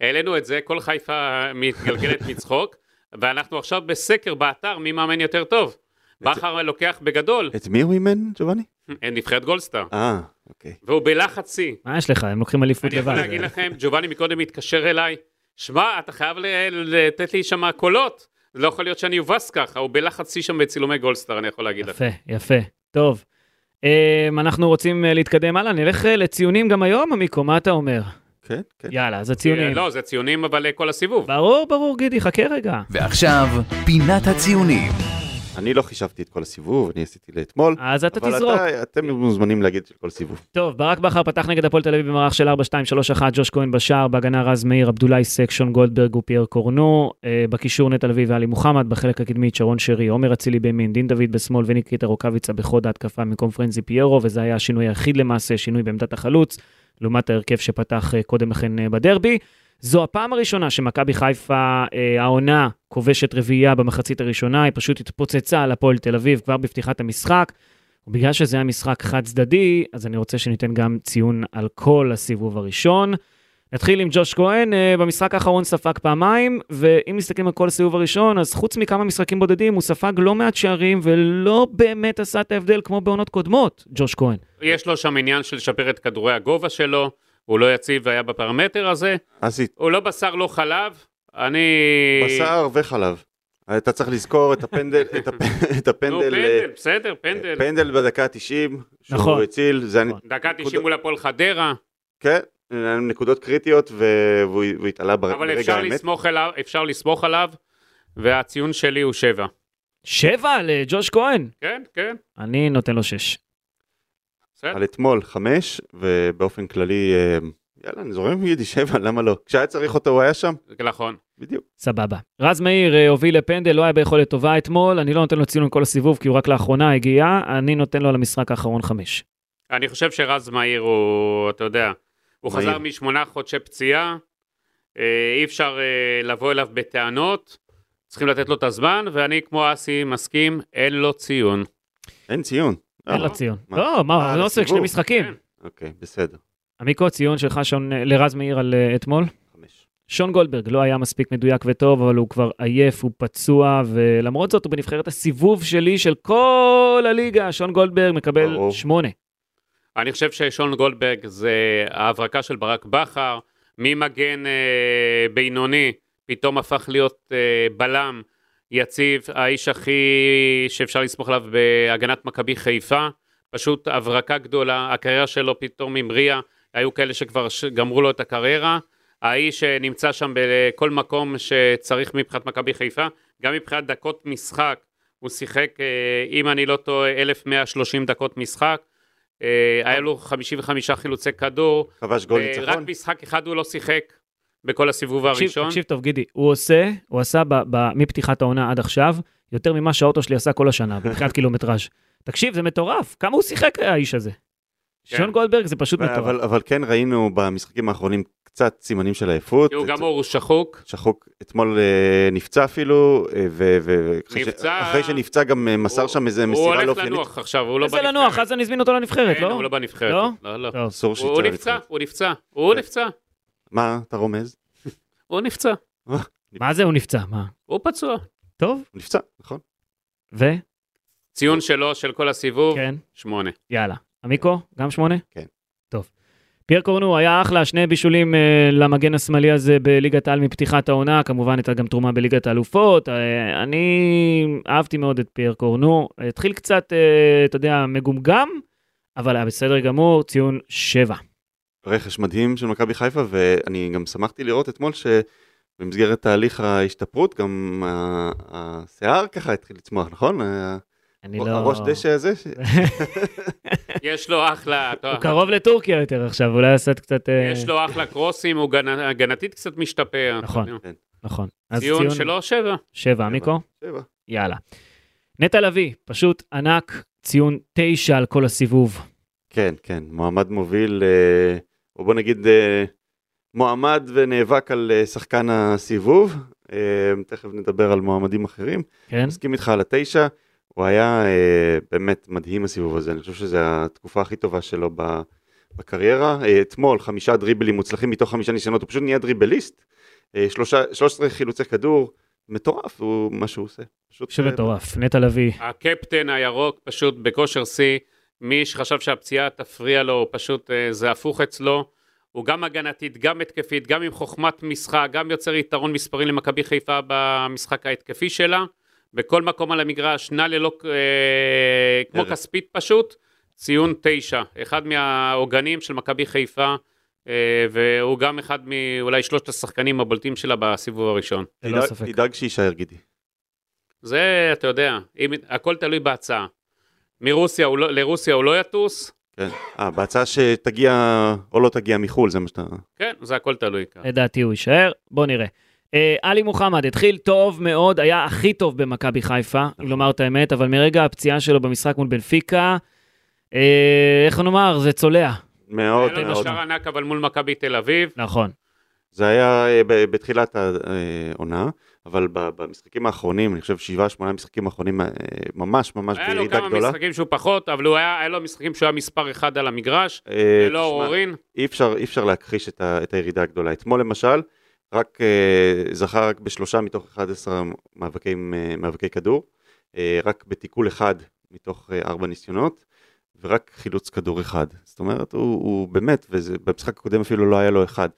Speaker 4: העלינו את זה, כל חיפה מתגלגלת מצחוק, ואנחנו עכשיו בסקר באתר מי מאמן יותר טוב. בכר לוקח בגדול
Speaker 3: את מי הוא אימן, ג'ובאני?
Speaker 4: נבחרת גולדסטאר,
Speaker 3: אה, אוקיי.
Speaker 4: והוא בלחץ שיא.
Speaker 2: מה יש לך? הם לוקחים אליפות
Speaker 4: אני יכול
Speaker 2: לבד.
Speaker 4: להגיד לכם, ג'ובאני מקודם התקשר אליי, שמע, אתה חייב ל- לתת לי שם קולות, לא יכול להיות שאני אובס ככה, הוא בלחץ שיא שם בצילומי גולדסטאר, אני יכול להגיד לכם.
Speaker 2: יפה, יפה. טוב. אמ, אנחנו רוצים אה, להתקדם הלאה, נלך אה, לציונים גם היום, עמיקו, מה אתה אומר?
Speaker 3: כן, כן.
Speaker 2: יאלה, אז הציונים.
Speaker 4: אה, לא, זה ציונים אבל אה, כל הסיבוב.
Speaker 2: ברור, ברור, גידי, חכה רגע.
Speaker 1: ועכשיו, פינת הציונים.
Speaker 3: אני לא חישבתי את כל הסיבוב, אני עשיתי לאתמול.
Speaker 2: אז אתה
Speaker 3: אבל
Speaker 2: תזרוק.
Speaker 3: אתה- אתם מוזמנים להגיד של כל סיבוב.
Speaker 2: טוב, ברק בכר פתח נגד הפועל תל אביב במערך של 4-2-3-1, ג'וש כהן בשער, בהגנה רז מאיר, עבדולאי סק, שון גולדברג ופייר קורנו, אה, בקישור נטע לביא ואלי מוחמד, בחלק הקדמי את שרון שרי, עומר אצילי בימין, דין דוד בשמאל וניקיטה רוקאביצה בחוד ההתקפה במקום פרנזי פיירו, וזה היה השינוי היחיד למעשה, שינוי בעמדת החלוץ, לעומת ההרכב שפתח אה, קודם לכן אה, בדרבי. זו הפעם הראשונה שמכבי חיפה, אה, העונה, כובשת רביעייה במחצית הראשונה, היא פשוט התפוצצה על הפועל תל אביב כבר בפתיחת המשחק. ובגלל שזה היה משחק חד צדדי, אז אני רוצה שניתן גם ציון על כל הסיבוב הראשון. נתחיל עם ג'וש כהן, אה, במשחק האחרון ספג פעמיים, ואם מסתכלים על כל הסיבוב הראשון, אז חוץ מכמה משחקים בודדים, הוא ספג לא מעט שערים, ולא באמת עשה את ההבדל כמו בעונות קודמות, ג'וש כהן.
Speaker 4: יש לו שם עניין של לשפר את כדורי הגובה שלו, הוא לא יציב והיה בפרמטר הזה,
Speaker 3: אסי,
Speaker 4: הוא לא בשר, לא חלב, אני... אה,
Speaker 3: בשר וחלב. אתה צריך לזכור את הפנדל, את הפ- את
Speaker 4: נו,
Speaker 3: הפנדל, אה,
Speaker 4: פנדל, בסדר, פנדל.
Speaker 3: פנדל בדקה ה-90,
Speaker 2: נכון.
Speaker 3: שהוא הציל, זה היה-
Speaker 2: נכון.
Speaker 4: דקה 90
Speaker 3: נקודה-
Speaker 4: מול הפועל חדרה,
Speaker 3: כן, היה לנו נקודות קריטיות ו- והוא והוא התעלה בר-
Speaker 4: אבל
Speaker 3: ברגע
Speaker 4: אפשר
Speaker 3: האמת.
Speaker 4: לסמוך עליו- אפשר לסמוך עליו, והציון שלי הוא 7.
Speaker 2: שבע לג'וש כהן!
Speaker 4: כן, כן,
Speaker 2: אני נותן לו שש.
Speaker 4: בסדר.
Speaker 3: על אתמול חמש, ובאופן כללי, אה, יאללה, אני זורם עם גידי שבע, למה לא? כשהיה צריך אותו הוא היה שם,
Speaker 4: נכון.
Speaker 3: בדיוק.
Speaker 2: סבבה. רז מאיר אה, הוביל לפנדל, לא היה ביכולת טובה אתמול, אני לא נותן לו ציון על כל הסיבוב, כי הוא רק לאחרונה הגיע, אני נותן לו על המשחק האחרון חמש.
Speaker 4: אני חושב שרז מאיר הוא, אתה יודע, הוא
Speaker 3: מהיר.
Speaker 4: חזר משמונה חודשי פציעה, אה, אי אפשר אה, לבוא אליו בטענות, צריכים לתת לו את הזמן, ואני כמו אסי מסכים, אין לו ציון.
Speaker 3: אין ציון.
Speaker 2: אין
Speaker 3: אה,
Speaker 2: לו ציון.
Speaker 3: מה?
Speaker 2: לא, מה,
Speaker 3: אה,
Speaker 2: לא עוסק, שני
Speaker 3: לסיבוב.
Speaker 2: משחקים.
Speaker 4: כן.
Speaker 3: אוקיי, בסדר.
Speaker 2: עמיקו, ציון שלך שון, לרז מאיר על אה, אתמול.
Speaker 3: חמש.
Speaker 2: שון גולדברג לא היה מספיק מדויק וטוב, אבל הוא כבר עייף, הוא פצוע, ולמרות זאת הוא בנבחרת הסיבוב שלי של כל הליגה. שון גולדברג מקבל
Speaker 3: ברור.
Speaker 2: שמונה.
Speaker 4: אני חושב ששון גולדברג זה ההברקה של ברק בכר, ממגן אה, בינוני, פתאום הפך להיות אה, בלם יציב, האיש הכי שאפשר לסמוך עליו בהגנת מכבי חיפה, פשוט הברקה גדולה, הקריירה שלו פתאום המריאה, היו כאלה שכבר ש- גמרו לו את הקריירה, האיש שנמצא שם בכל מקום שצריך מבחינת מכבי חיפה, גם מבחינת דקות משחק, הוא שיחק, אה, אם אני לא טועה, 1,130 דקות משחק, אה, היה לו 55 חילוצי כדור,
Speaker 3: כבש גול
Speaker 4: אה, רק
Speaker 3: ניצחון.
Speaker 4: משחק אחד הוא לא שיחק בכל הסיבוב
Speaker 2: תקשיב,
Speaker 4: הראשון.
Speaker 2: תקשיב טוב, גידי, הוא עושה, הוא עשה ב, ב, מפתיחת העונה עד עכשיו, יותר ממה שהאוטו שלי עשה כל השנה, מבחינת קילומטראז'. תקשיב, זה מטורף, כמה הוא שיחק האיש הזה.
Speaker 4: כן.
Speaker 2: שון גולדברג זה פשוט מטורף.
Speaker 3: אבל, אבל כן ראינו במשחקים האחרונים קצת סימנים של עייפות.
Speaker 4: תראו, גם
Speaker 3: את-
Speaker 4: אור שחוק,
Speaker 3: שחוק אתמול אה, נפצע אפילו, אה, ו... ו- אחרי ש-
Speaker 4: נפצע.
Speaker 3: אחרי שנפצע גם אה, מסר
Speaker 4: הוא-
Speaker 3: שם איזה
Speaker 4: הוא
Speaker 3: מסירה לא
Speaker 4: הולך
Speaker 3: אופיינית.
Speaker 4: לנוח עכשיו, הוא לא
Speaker 2: איזה
Speaker 4: בנבחרת.
Speaker 2: לנוח, אז אני אזמין אותו לנבחרת,
Speaker 4: כן,
Speaker 2: לא?
Speaker 4: הוא לא בנבחרת.
Speaker 2: לא?
Speaker 4: לא, לא.
Speaker 2: טוב.
Speaker 3: אסור
Speaker 4: הוא הוא
Speaker 3: שיצא
Speaker 4: נפצע,
Speaker 3: לנבחרת.
Speaker 4: הוא נפצע, הוא
Speaker 3: כן.
Speaker 4: נפצע,
Speaker 3: מה, אתה רומז?
Speaker 4: הוא נפצע,
Speaker 2: מה זה הוא נפצע? מה?
Speaker 4: הוא פצוע.
Speaker 2: טוב,
Speaker 3: הוא נפצע, נכון.
Speaker 2: ו?
Speaker 4: ציון שלו, של כל הסיבוב,
Speaker 2: כן,
Speaker 4: שמונה.
Speaker 2: יאללה. עמיקו, גם שמונה?
Speaker 3: כן.
Speaker 2: טוב. פייר קורנו היה אחלה, שני בישולים אה, למגן השמאלי הזה בליגת העל מפתיחת העונה, כמובן הייתה גם תרומה בליגת האלופות. אה, אני אהבתי מאוד את פייר קורנו, התחיל קצת, אה, אתה יודע, מגומגם, אבל היה בסדר גמור, ציון שבע.
Speaker 3: רכש מדהים של מכבי חיפה, ואני גם שמחתי לראות אתמול שבמסגרת תהליך ההשתפרות, גם ה- השיער ככה התחיל לצמוח, נכון? ה-
Speaker 2: אני לא...
Speaker 3: הראש דשא הזה, ש-
Speaker 4: יש לו אחלה, אתה-
Speaker 2: הוא קרוב לטורקיה יותר עכשיו, אולי עשה קצת... אה,
Speaker 4: יש לו אחלה קרוסים, הוא גנ- הגנתית קצת משתפר. אתה
Speaker 2: נכון.
Speaker 4: יודע.
Speaker 2: נכון. אז
Speaker 4: ציון שלו, שבע.
Speaker 2: שבע, עמיקו.
Speaker 3: שבע.
Speaker 2: יאללה. נטע לביא, פשוט ענק, ציון תשע על כל הסיבוב.
Speaker 3: כן, כן, מועמד מוביל, אה, או בוא נגיד אה, מועמד ונאבק על אה, שחקן הסיבוב, אה, תכף נדבר על מועמדים אחרים.
Speaker 2: כן?
Speaker 3: מסכים איתך על התשע, הוא היה אה, באמת מדהים הסיבוב הזה, אני חושב שזו התקופה הכי טובה שלו ב- בקריירה. אה, אתמול חמישה דריבלים מוצלחים מתוך חמישה ניסיונות, הוא פשוט נהיה דריבליסט. אה, שלושה- 13 חילוצי כדור, מטורף הוא מה שהוא עושה. פשוט
Speaker 2: פשוט מטורף, נטע לביא.
Speaker 4: הקפטן הירוק פשוט בכושר שיא. מי שחשב שהפציעה תפריע לו, פשוט אה, זה הפוך אצלו. הוא גם הגנתית, גם התקפית, גם עם חוכמת משחק, גם יוצר יתרון מספרי למכבי חיפה במשחק ההתקפי שלה. בכל מקום על המגרש, נע ללא... אה, כמו
Speaker 3: ערך.
Speaker 4: כספית פשוט, ציון תשע. אחד מהעוגנים של מכבי חיפה, אה, והוא גם אחד מאולי שלושת השחקנים הבולטים שלה בסיבוב הראשון.
Speaker 2: ללא
Speaker 3: תדאג-
Speaker 2: ספק.
Speaker 3: תדאג אה, שיישאר גידי.
Speaker 4: זה, אתה יודע, אם, הכל תלוי בהצעה. מרוסיה, הוא לא, לרוסיה הוא לא יטוס,
Speaker 3: כן. אה, בהצעה שתגיע או לא תגיע מחו"ל, זה מה שאתה...
Speaker 4: כן, זה הכל תלוי ככה.
Speaker 2: לדעתי הוא יישאר, בוא נראה. אה, עלי מוחמד התחיל טוב מאוד, היה הכי טוב במכבי חיפה, לומר את האמת, אבל מרגע הפציעה שלו במשחק מול בנפיקה, אה, איך נאמר, זה צולע.
Speaker 3: מאוד
Speaker 4: היה לנו
Speaker 3: מאוד.
Speaker 4: שער ענק, אבל מול מכבי תל אביב,
Speaker 2: נכון.
Speaker 3: זה היה אה, ב- בתחילת אה, העונה, אבל ב- במשחקים האחרונים, אני חושב שבעה, שמונה משחקים האחרונים, אה, ממש ממש
Speaker 4: היה לו
Speaker 3: בירידה
Speaker 4: כמה
Speaker 3: גדולה.
Speaker 4: משחקים שהוא פחות, אבל הוא היה, היה לו משחקים שהוא היה מספר אחד על המגרש,
Speaker 3: אה,
Speaker 4: ללא
Speaker 3: תשמע,
Speaker 4: עוררין,
Speaker 3: אי אפשר, אי אפשר להכחיש את, ה, את הירידה הגדולה. אתמול למשל, רק אה, זכה רק בשלושה מתוך 11 מאבקי, אה, מאבקי כדור, אה, רק בתיקול אחד מתוך אה, ארבע ניסיונות, ורק חילוץ כדור אחד. זאת אומרת, הוא, הוא באמת, ובמשחק הקודם אפילו לא היה לו אחד.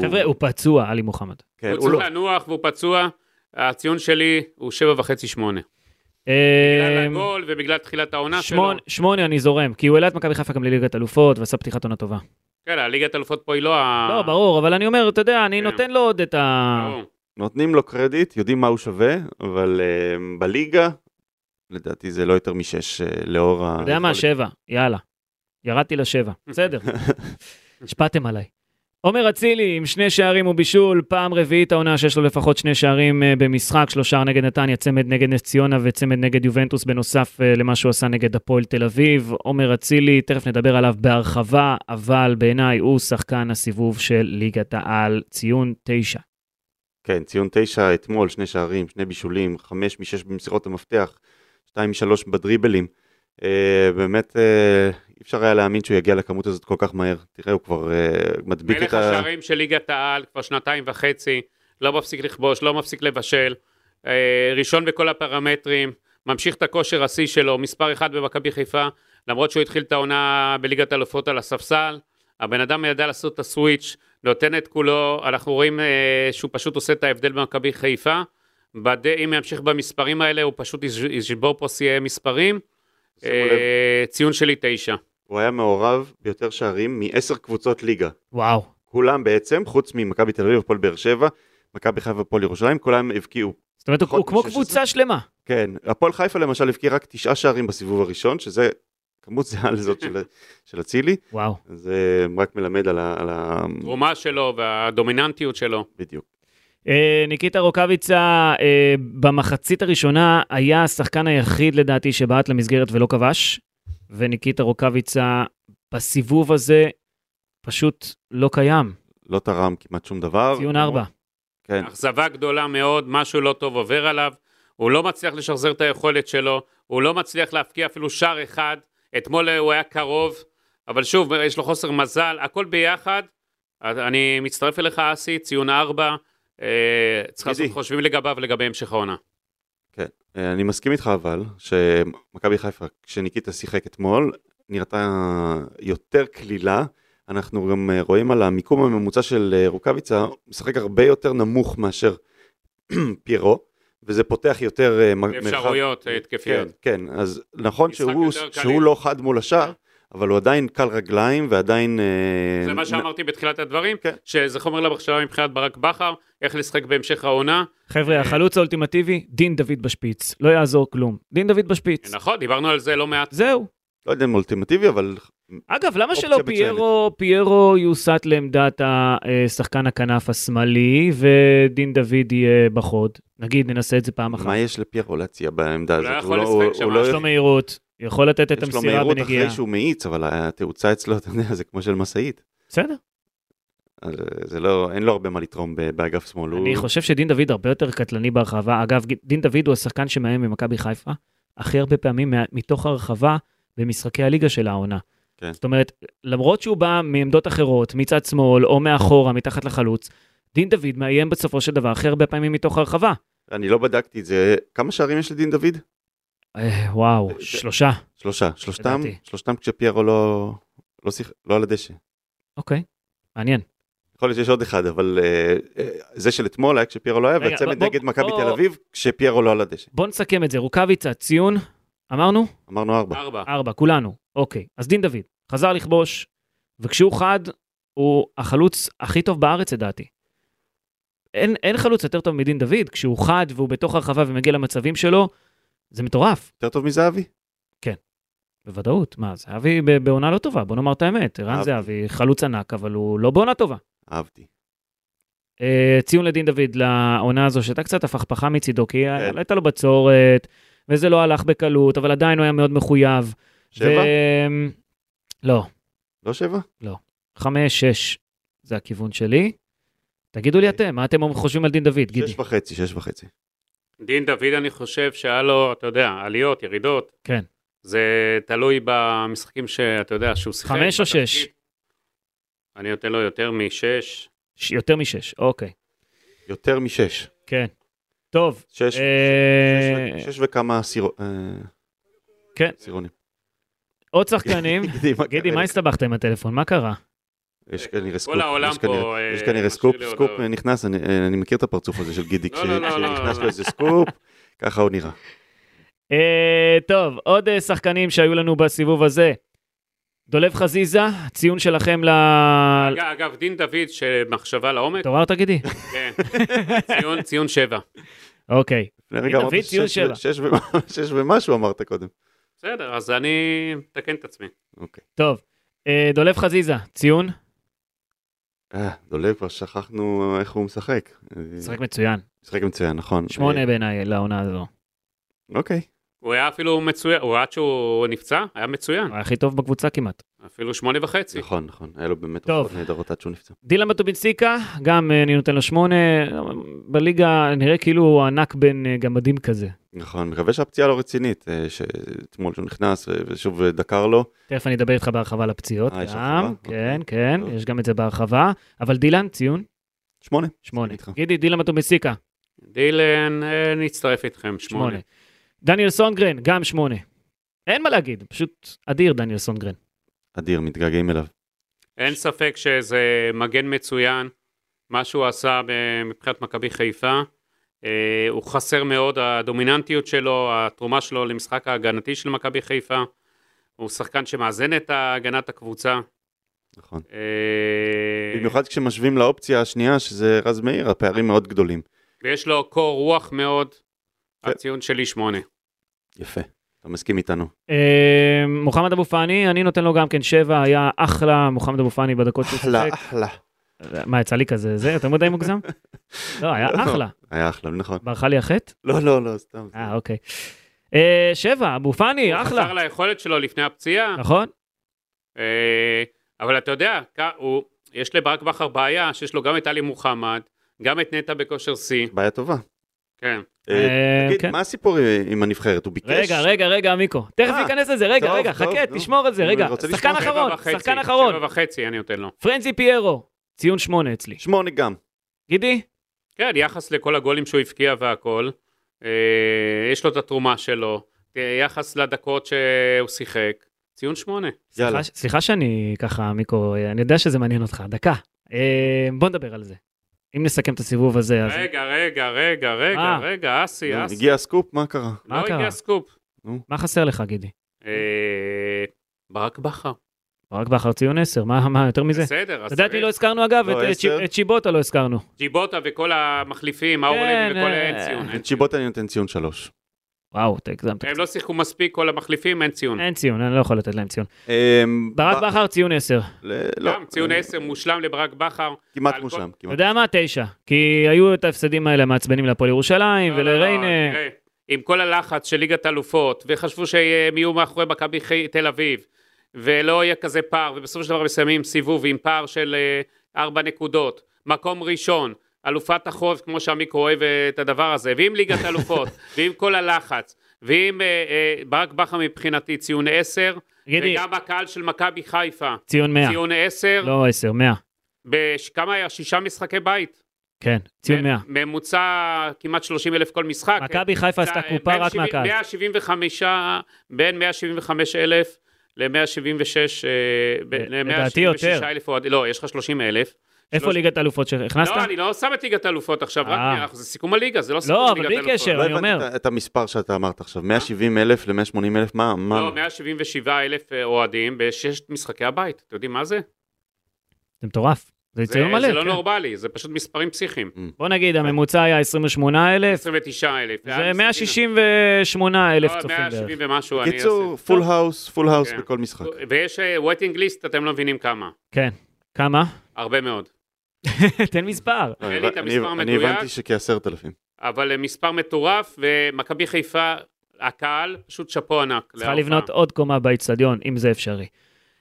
Speaker 2: חבר'ה, הוא פצוע, עלי מוחמד.
Speaker 3: כן,
Speaker 4: הוא
Speaker 3: הוא
Speaker 4: צריך
Speaker 3: לא,
Speaker 4: לנוח והוא פצוע. הציון שלי הוא שבע וחצי שמונה. בגלל
Speaker 2: אה,
Speaker 4: הגול ובגלל תחילת העונה שלו.
Speaker 2: שמונה- שמונה אני זורם, כי הוא העלה את מכבי חיפה גם לליגת אלופות ועשה פתיחת עונה טובה.
Speaker 4: כן, הליגת אלופות פה היא לא ה...
Speaker 2: לא, ברור, אבל אני אומר, אתה יודע, אני
Speaker 4: כן.
Speaker 2: נותן לו עוד את ה...
Speaker 4: ברור.
Speaker 3: נותנים לו קרדיט, יודעים מה הוא שווה, אבל אה, בליגה, לדעתי זה לא יותר משש אה, לאור ה...
Speaker 2: אתה יודע מה, שבע, יאללה. ירדתי לשבע, בסדר. השפעתם עליי. עומר אצילי עם שני שערים ובישול, פעם רביעית העונה שיש לו לפחות שני שערים אה, במשחק, שלושה נגד נתניה, צמד נגד נס ציונה וצמד נגד יובנטוס, בנוסף אה, למה שהוא עשה נגד הפועל תל אביב. עומר אצילי, תכף נדבר עליו בהרחבה, אבל בעיניי הוא שחקן הסיבוב של ליגת העל, ציון תשע.
Speaker 3: כן, ציון תשע אתמול, שני שערים, שני בישולים, חמש משש במסירות המפתח, שתיים משלוש בדריבלים. אה, באמת, אה, אי אפשר היה להאמין שהוא יגיע לכמות הזאת כל כך מהר. תראה, הוא כבר אה, מדביק
Speaker 4: מלך
Speaker 3: את ה...
Speaker 4: השערים של ליגת העל כבר שנתיים וחצי, לא מפסיק לכבוש, לא מפסיק לבשל, אה, ראשון בכל הפרמטרים, ממשיך את הכושר השיא שלו, מספר אחד במכבי חיפה, למרות שהוא התחיל את העונה בליגת האלופות על הספסל, הבן אדם ידע לעשות את הסוויץ', נותן את כולו, אנחנו רואים אה, שהוא פשוט עושה את ההבדל במכבי חיפה, בד... אם ימשיך במספרים האלה, הוא פשוט יש- ישבור פה שיאי מספרים,
Speaker 3: שימו לב, Mm.
Speaker 4: אה, ציון שלי תשע.
Speaker 3: הוא היה מעורב ביותר שערים מעשר קבוצות ליגה.
Speaker 2: וואו.
Speaker 3: כולם בעצם, חוץ ממכבי תל אביב, הפועל באר שבע, מכבי חיפה, הפועל ירושלים, כולם הבקיעו.
Speaker 2: זאת אומרת, הוא
Speaker 3: פחות
Speaker 2: הוא כמו
Speaker 3: מ- 16.
Speaker 2: קבוצה שלמה.
Speaker 3: כן, הפועל חיפה למשל הבקיע רק תשעה שערים בסיבוב הראשון, שזה כמות זהה לזאת של- של אצילי,
Speaker 2: וואו.
Speaker 3: זה רק מלמד על ה... על ה-
Speaker 4: התרומה שלו והדומיננטיות שלו.
Speaker 3: בדיוק.
Speaker 2: אה, ניקיטה רוקאביצה, אה, במחצית הראשונה היה השחקן היחיד לדעתי שבעט למסגרת ולא כבש, וניקיטה רוקאביצה בסיבוב הזה פשוט לא קיים.
Speaker 3: לא תרם כמעט שום דבר.
Speaker 2: ציון ארבע.
Speaker 3: כן,
Speaker 4: אכזבה גדולה מאוד, משהו לא טוב עובר עליו, הוא לא מצליח לשחזר את היכולת שלו, הוא לא מצליח להפקיע אפילו שער אחד, אתמול הוא היה קרוב, אבל שוב, יש לו חוסר מזל, הכל ביחד. אז אני מצטרף אליך, אסי, ציון ארבע, אה, צריך
Speaker 3: גידי.
Speaker 4: לעשות חושבים לגביו לגבי המשך העונה.
Speaker 3: אה, אני מסכים איתך אבל, שמכבי חיפה, כשניקיטה שיחק אתמול, נראתה יותר קלילה. אנחנו גם אה, רואים על המיקום הממוצע של אה, רוקאביצה, הוא משחק הרבה יותר נמוך מאשר פיירו, וזה פותח יותר אה, מ- מרחב-
Speaker 4: אפשרויות אה,
Speaker 3: כן,
Speaker 4: התקפיות.
Speaker 3: כן, אז נכון
Speaker 4: משחק
Speaker 3: שהוא,
Speaker 4: יותר קליל. כן.
Speaker 3: שהוא לא חד מול השאר, אבל הוא עדיין קל רגליים ועדיין... אה,
Speaker 4: זה מה שאמרתי בתחילת הדברים,
Speaker 3: כן.
Speaker 4: שזה חומר למחשבה מבחינת ברק בכר, איך לשחק בהמשך העונה.
Speaker 3: אה,
Speaker 2: חבר'ה, החלוץ האולטימטיבי, דין דוד בשפיץ. לא יעזור כלום. דין דוד בשפיץ.
Speaker 4: נכון, דיברנו על זה לא מעט.
Speaker 2: זהו.
Speaker 3: לא יודע אם אולטימטיבי, אבל
Speaker 2: אגב, למה
Speaker 3: אופציה
Speaker 2: שלא
Speaker 3: מצוינת.
Speaker 2: פיירו, פיירו יוסט לעמדת השחקן הכנף השמאלי, ודין דוד יהיה בחוד? נגיד, ננסה את זה פעם אחת.
Speaker 3: מה יש לפיירו להציע בעמדה
Speaker 4: הוא לא
Speaker 3: הזאת?
Speaker 4: יכול לשחק שם,
Speaker 3: הוא לא
Speaker 2: יש לו מהירות, יכול לתת את
Speaker 3: יש לו
Speaker 2: המסירה
Speaker 3: מהירות
Speaker 2: בנגיעה.
Speaker 3: אחרי שהוא מאיץ, אבל התאוצה אצלו, אתה יודע, זה כמו של משאית.
Speaker 2: בסדר.
Speaker 3: אז זה לא, אין לו הרבה מה לתרום ב- באגף שמאל. הוא-
Speaker 2: אני חושב שדין דוד הרבה יותר קטלני ברחבה. אגב, דין דוד הוא השחקן שמאיים במכבי חיפה הכי הרבה פעמים מה- מתוך הרחבה במשחקי הליגה של העונה.
Speaker 3: כן.
Speaker 2: זאת אומרת, למרות שהוא בא מעמדות אחרות, מצד שמאל או מאחורה, מתחת לחלוץ, דין דוד מאיים בסופו של דבר הכי הרבה פעמים מתוך הרחבה.
Speaker 3: אני לא בדקתי את זה. כמה שערים יש לדין דוד?
Speaker 2: אה, וואו,
Speaker 3: זה-
Speaker 2: שלושה.
Speaker 3: שלושה. שלושתם,
Speaker 2: לדעתי.
Speaker 3: שלושתם כשפיירו לא, לא, שיח, לא על הדשא.
Speaker 2: אוקיי, מעניין.
Speaker 3: יכול להיות שיש עוד אחד, אבל אה, אה, זה של אתמול היה כשפיירו לא היה,
Speaker 2: רגע,
Speaker 3: והצמד
Speaker 2: בוא-
Speaker 3: נגד מכבי
Speaker 2: בוא-
Speaker 3: תל אביב כשפיירו לא על הדשא.
Speaker 2: בוא נסכם את זה. רוקאביצה, ציון, אמרנו?
Speaker 3: אמרנו ארבע.
Speaker 4: ארבע.
Speaker 2: ארבע, כולנו. אוקיי, אז דין דוד, חזר לכבוש, וכשהוא חד, הוא החלוץ הכי טוב בארץ לדעתי. אין, אין חלוץ יותר טוב מדין דוד, כשהוא חד והוא בתוך הרחבה ומגיע למצבים שלו, זה מטורף,
Speaker 3: יותר טוב מזהבי?
Speaker 2: בוודאות. מה, זהבי ב- בעונה לא טובה, בוא נאמר את האמת. ערן
Speaker 3: אהבתי.
Speaker 2: זהבי חלוץ ענק, אבל הוא לא בעונה טובה.
Speaker 3: אהבתי.
Speaker 2: אה, ציון לדין דוד לעונה הזו, שהייתה קצת הפכפכה מצידו, כי
Speaker 3: כן.
Speaker 2: הייתה לו בצורת, וזה לא הלך בקלות, אבל עדיין הוא היה מאוד מחויב.
Speaker 3: שבע?
Speaker 2: ו- לא,
Speaker 3: לא שבע?
Speaker 2: חמש, שש, זה הכיוון שלי. תגידו לי אתם, מה אתם חושבים על דין דוד, גידי?
Speaker 3: אוקיי. שש וחצי, שש וחצי.
Speaker 4: דין דוד, אני חושב שהיה לו, אתה יודע, עליות, ירידות.
Speaker 2: כן.
Speaker 4: זה תלוי במשחקים שאתה יודע, שהוא שיחק.
Speaker 2: חמש או
Speaker 4: בתפקיד.
Speaker 2: שש?
Speaker 4: אני נותן לו יותר משש.
Speaker 2: ש- יותר משש, אוקיי.
Speaker 3: יותר משש.
Speaker 2: כן. טוב,
Speaker 3: שש,
Speaker 2: אה,
Speaker 3: שש ו- שש וכמה עשירו- אה,
Speaker 2: כן.
Speaker 3: עשירונים.
Speaker 2: עוד שחקנים. גידי,
Speaker 3: קרה
Speaker 2: מה
Speaker 3: לך?
Speaker 2: הסתבכת עם הטלפון? מה קרה?
Speaker 3: יש כנראה סקופ,
Speaker 4: כל העולם
Speaker 3: יש כנראה-
Speaker 4: פה, אה,
Speaker 3: יש כנראה
Speaker 4: משאיר
Speaker 3: סקופ,
Speaker 4: לי
Speaker 3: סקופ
Speaker 4: הודעות.
Speaker 3: אה, נכנס, אני- אה, אני מכיר את הפרצוף הזה של גידי,
Speaker 4: לא, לא, לא,
Speaker 3: כש-
Speaker 4: לא,
Speaker 3: כשנכנס
Speaker 4: לא.
Speaker 3: לו איזה סקופ, ככה הוא נראה.
Speaker 2: אה, טוב, עוד אה, שחקנים שהיו לנו בסיבוב הזה. דולב חזיזה, ציון שלכם ל...
Speaker 3: אה,
Speaker 4: אגב, אגב, דין דוד, שמחשבה לעומק,
Speaker 2: התעוררת, גידי?
Speaker 4: כן. ציון, ציון שבע.
Speaker 2: אוקיי.
Speaker 3: לפני רגע אמרת
Speaker 2: דוד, ציון
Speaker 3: שש-
Speaker 2: שבע.
Speaker 3: שש ומה- שש ומשהו אמרת קודם.
Speaker 4: בסדר, אז אני מתקן את עצמי.
Speaker 3: אוקיי.
Speaker 2: טוב. אה, דולב חזיזה, ציון?
Speaker 3: אה, דולב, כבר שכחנו איך הוא משחק. אה,
Speaker 2: משחק מצוין.
Speaker 3: משחק מצוין, נכון.
Speaker 2: שמונה בעיניי לעונה הזו.
Speaker 3: אה, אוקיי.
Speaker 4: הוא היה אפילו מצוין, הוא עד שהוא נפצע, היה מצוין.
Speaker 2: הוא הכי טוב בקבוצה כמעט.
Speaker 4: אפילו שמונה וחצי.
Speaker 3: נכון, נכון. היה לו באמת
Speaker 2: טוב.
Speaker 3: הופעות נהדרות עד שהוא נפצע.
Speaker 2: דילן מטובינסיקה, גם אה, אני נותן לו שמונה, בליגה נראה כאילו הוא ענק בין אה, גמדים כזה.
Speaker 3: נכון, מקווה שהפציעה לא רצינית, אה, שאתמול שהוא נכנס אה, ושוב אה, דקר לו.
Speaker 2: תכף אני אדבר איתך בהרחבה על הפציעות
Speaker 3: אה, יש
Speaker 2: גם,
Speaker 3: הרחבה?
Speaker 2: כן,
Speaker 3: אוקיי.
Speaker 2: כן,
Speaker 3: טוב.
Speaker 2: יש גם את זה בהרחבה, אבל דילן, ציון,
Speaker 3: שמונה.
Speaker 2: שמונה.
Speaker 3: איתך.
Speaker 2: גידי, דילן מטובינסיקה,
Speaker 4: דילן, אה, נצטרף איתכם, שמונה.
Speaker 2: שמונה. דניאל סונגרן, גם שמונה. אין מה להגיד, פשוט אדיר דניאל סונגרן.
Speaker 3: אדיר, מתגעגעים אליו.
Speaker 4: אין ספק שזה מגן מצוין, מה שהוא עשה ב- מבחינת מכבי חיפה. אה, הוא חסר מאוד, הדומיננטיות שלו, התרומה שלו למשחק ההגנתי של מכבי חיפה. הוא שחקן שמאזן את הגנת הקבוצה.
Speaker 3: נכון.
Speaker 4: אה,
Speaker 3: במיוחד כשמשווים לאופציה השנייה, שזה רז מאיר, הפערים מאוד גדולים.
Speaker 4: ויש לו קור רוח מאוד,
Speaker 3: כן.
Speaker 4: הציון שלי שמונה.
Speaker 3: יפה. אתה מסכים איתנו.
Speaker 2: אה, מוחמד אבו פאני, אני נותן לו גם כן שבע, היה אחלה מוחמד אבו פאני בדקות שהוא
Speaker 3: אחלה,
Speaker 2: שיחק.
Speaker 3: אחלה.
Speaker 2: מה, יצא לי כזה, זה, יותר מדי מוגזם? לא, היה
Speaker 3: לא.
Speaker 2: אחלה.
Speaker 3: היה אחלה, נכון.
Speaker 2: ברחה לי החטא?
Speaker 3: לא, לא, לא, סתם.
Speaker 2: אה, אוקיי. אה, שבע, אבו פאני,
Speaker 4: הוא
Speaker 2: אחלה.
Speaker 4: חזר ליכולת שלו לפני הפציעה,
Speaker 2: נכון?
Speaker 4: אה, אבל אתה יודע, כ- הוא- יש לברק בכר בעיה שיש לו גם את עלי מוחמד, גם את נטע בכושר שיא.
Speaker 3: בעיה טובה.
Speaker 4: כן.
Speaker 3: אה,
Speaker 2: אה,
Speaker 3: תגיד,
Speaker 2: כן.
Speaker 3: מה הסיפור אה, עם הנבחרת? הוא ביקש?
Speaker 2: רגע, רגע, רגע, מיקו. תכף
Speaker 3: אה,
Speaker 2: ניכנס לזה, רגע,
Speaker 3: טוב,
Speaker 2: רגע,
Speaker 3: טוב,
Speaker 2: חכה,
Speaker 3: נו.
Speaker 2: תשמור על זה,
Speaker 3: אני
Speaker 2: רגע.
Speaker 3: רוצה
Speaker 2: שחקן
Speaker 3: לשמוע.
Speaker 2: אחרון,
Speaker 4: שבע וחצי,
Speaker 2: שחקן אחרון.
Speaker 4: שבע וחצי אני נותן לו.
Speaker 2: פרנזי פיירו, ציון שמונה אצלי.
Speaker 3: שמונה גם.
Speaker 2: גידי?
Speaker 4: כן, יחס לכל הגולים שהוא הבקיע והכל. אה, יש לו את התרומה שלו, אה, יחס לדקות שהוא שיחק. ציון שמונה.
Speaker 3: יאללה.
Speaker 2: סליחה- סליחה שאני ככה, מיקו, אני יודע שזה מעניין אותך, דקה. אה, בוא נדבר על זה. אם נסכם את הסיבוב הזה, אז...
Speaker 4: רגע, רגע, רגע, רגע,
Speaker 2: מה?
Speaker 4: רגע, אסי,
Speaker 3: נו,
Speaker 4: אסי.
Speaker 3: הגיע הסקופ, מה קרה?
Speaker 2: אה. מה
Speaker 4: לא
Speaker 2: קרה?
Speaker 4: הגיע סקופ.
Speaker 2: מה חסר לך, גידי?
Speaker 4: אה, ברק בכר.
Speaker 2: ברק בכר ציון 10, מה מה, יותר מזה?
Speaker 4: בסדר, אז
Speaker 2: אתה יודע את מי
Speaker 4: צריך-
Speaker 2: לא הזכרנו אגב?
Speaker 3: לא,
Speaker 2: את- את
Speaker 3: עשר.
Speaker 2: צ'י- את שיבוטה לא הזכרנו.
Speaker 4: ג'יבוטה וכל המחליפים, מאור
Speaker 2: כן,
Speaker 4: לוי וכל
Speaker 2: אה,
Speaker 4: אין ציון. אין ציון.
Speaker 3: צ'יבוטה אני נותן ציון שלוש.
Speaker 2: וואו, אתה הגזמת.
Speaker 4: הם לא שיחקו מספיק, כל המחליפים, אין ציון.
Speaker 2: אין ציון, אני לא יכול לתת להם ציון.
Speaker 3: אמ,
Speaker 2: ברק
Speaker 3: ב-
Speaker 2: בכר ציון 10.
Speaker 3: ל- לא.
Speaker 4: גם
Speaker 2: אה,
Speaker 4: ציון 10 מושלם לברק בכר.
Speaker 3: כמעט
Speaker 4: על כל-
Speaker 3: מושלם.
Speaker 2: אתה
Speaker 3: כמעט.
Speaker 2: יודע מה? 9. כי היו את ההפסדים האלה המעצבנים להפועל ירושלים
Speaker 4: לא, לא, לא,
Speaker 2: ולריינה.
Speaker 4: תראה, עם כל הלחץ של ליגת אלופות, וחשבו שהם יהיו מאחורי מכבי חי- תל אביב, ולא יהיה כזה פער, ובסופו של דבר מסיימים סיבוב עם פער של אה, ארבע נקודות, מקום ראשון, אלופת החוב, כמו שעמיקו אוהב אה, את הדבר הזה, ועם ליגת אלופות, ועם כל הלחץ, ועם אה, אה, ברק בכר מבחינתי ציון 10,
Speaker 2: גידי,
Speaker 4: וגם הקהל של מכבי חיפה,
Speaker 2: ציון 100.
Speaker 4: ציון 10,
Speaker 2: לא 10, 100.
Speaker 4: בכמה היה? שישה משחקי בית.
Speaker 2: כן, ציון 100.
Speaker 4: ממוצע כמעט 30 אלף כל משחק.
Speaker 2: מכבי חיפה עשתה
Speaker 4: זה-
Speaker 2: קופה
Speaker 4: אה, בין
Speaker 2: רק
Speaker 4: 70
Speaker 2: מהקהל.
Speaker 4: 175, בין 175 אלף ל-176,
Speaker 2: ל- אה, לדעתי יותר.
Speaker 4: אלף אוהדים, לא, יש לך 30 אלף.
Speaker 2: איפה
Speaker 4: שלוש-
Speaker 2: ליגת האלופות שהכנסת?
Speaker 4: לא, אני לא שם את ליגת האלופות עכשיו, רק
Speaker 2: אה.
Speaker 4: מאה אחוז, זה סיכום הליגה, זה לא סיכום
Speaker 2: לא,
Speaker 4: ליגת
Speaker 2: אבל
Speaker 4: האלופות.
Speaker 2: בלי קשר.
Speaker 3: לא
Speaker 2: אני
Speaker 3: הבנתי
Speaker 2: אומר. אה?
Speaker 3: את ה- את המספר שאתה אמרת עכשיו, 170 אלף ל-180 אלף, מה? מה?
Speaker 4: לא, 177 אלף אה, אוהדים בששת משחקי הבית, אתם יודעים מה זה?
Speaker 2: זה מטורף. זה
Speaker 4: זה
Speaker 2: ציון מלא.
Speaker 4: זה לא אה,
Speaker 2: כן.
Speaker 4: נורמלי, זה פשוט מספרים פסיכיים.
Speaker 2: בוא נגיד, הממוצע היה 28,000,
Speaker 4: 29 אלף.
Speaker 2: זה 168,000 צופים
Speaker 4: לא,
Speaker 2: בערך.
Speaker 4: 170 ומשהו, אני
Speaker 3: קיצור,
Speaker 4: אעשה.
Speaker 3: פול האוס, פול האוס
Speaker 4: כן.
Speaker 3: בכל משחק.
Speaker 4: ויש וייטינג ליסט, אתם לא מבינים כמה.
Speaker 2: כן. כמה?
Speaker 4: הרבה מאוד.
Speaker 2: תן מספר.
Speaker 3: לא,
Speaker 4: אין
Speaker 3: אני-
Speaker 4: לי את המספר
Speaker 3: אני- אני
Speaker 4: המדויק.
Speaker 3: הבנתי שכעשרת אלפים.
Speaker 4: אבל אה, מספר מטורף, ומכבי חיפה, הקהל, פשוט שאפו ענק.
Speaker 2: צריכה
Speaker 4: להופעה.
Speaker 2: לבנות עוד קומה באיצטדיון, אם זה אפשרי.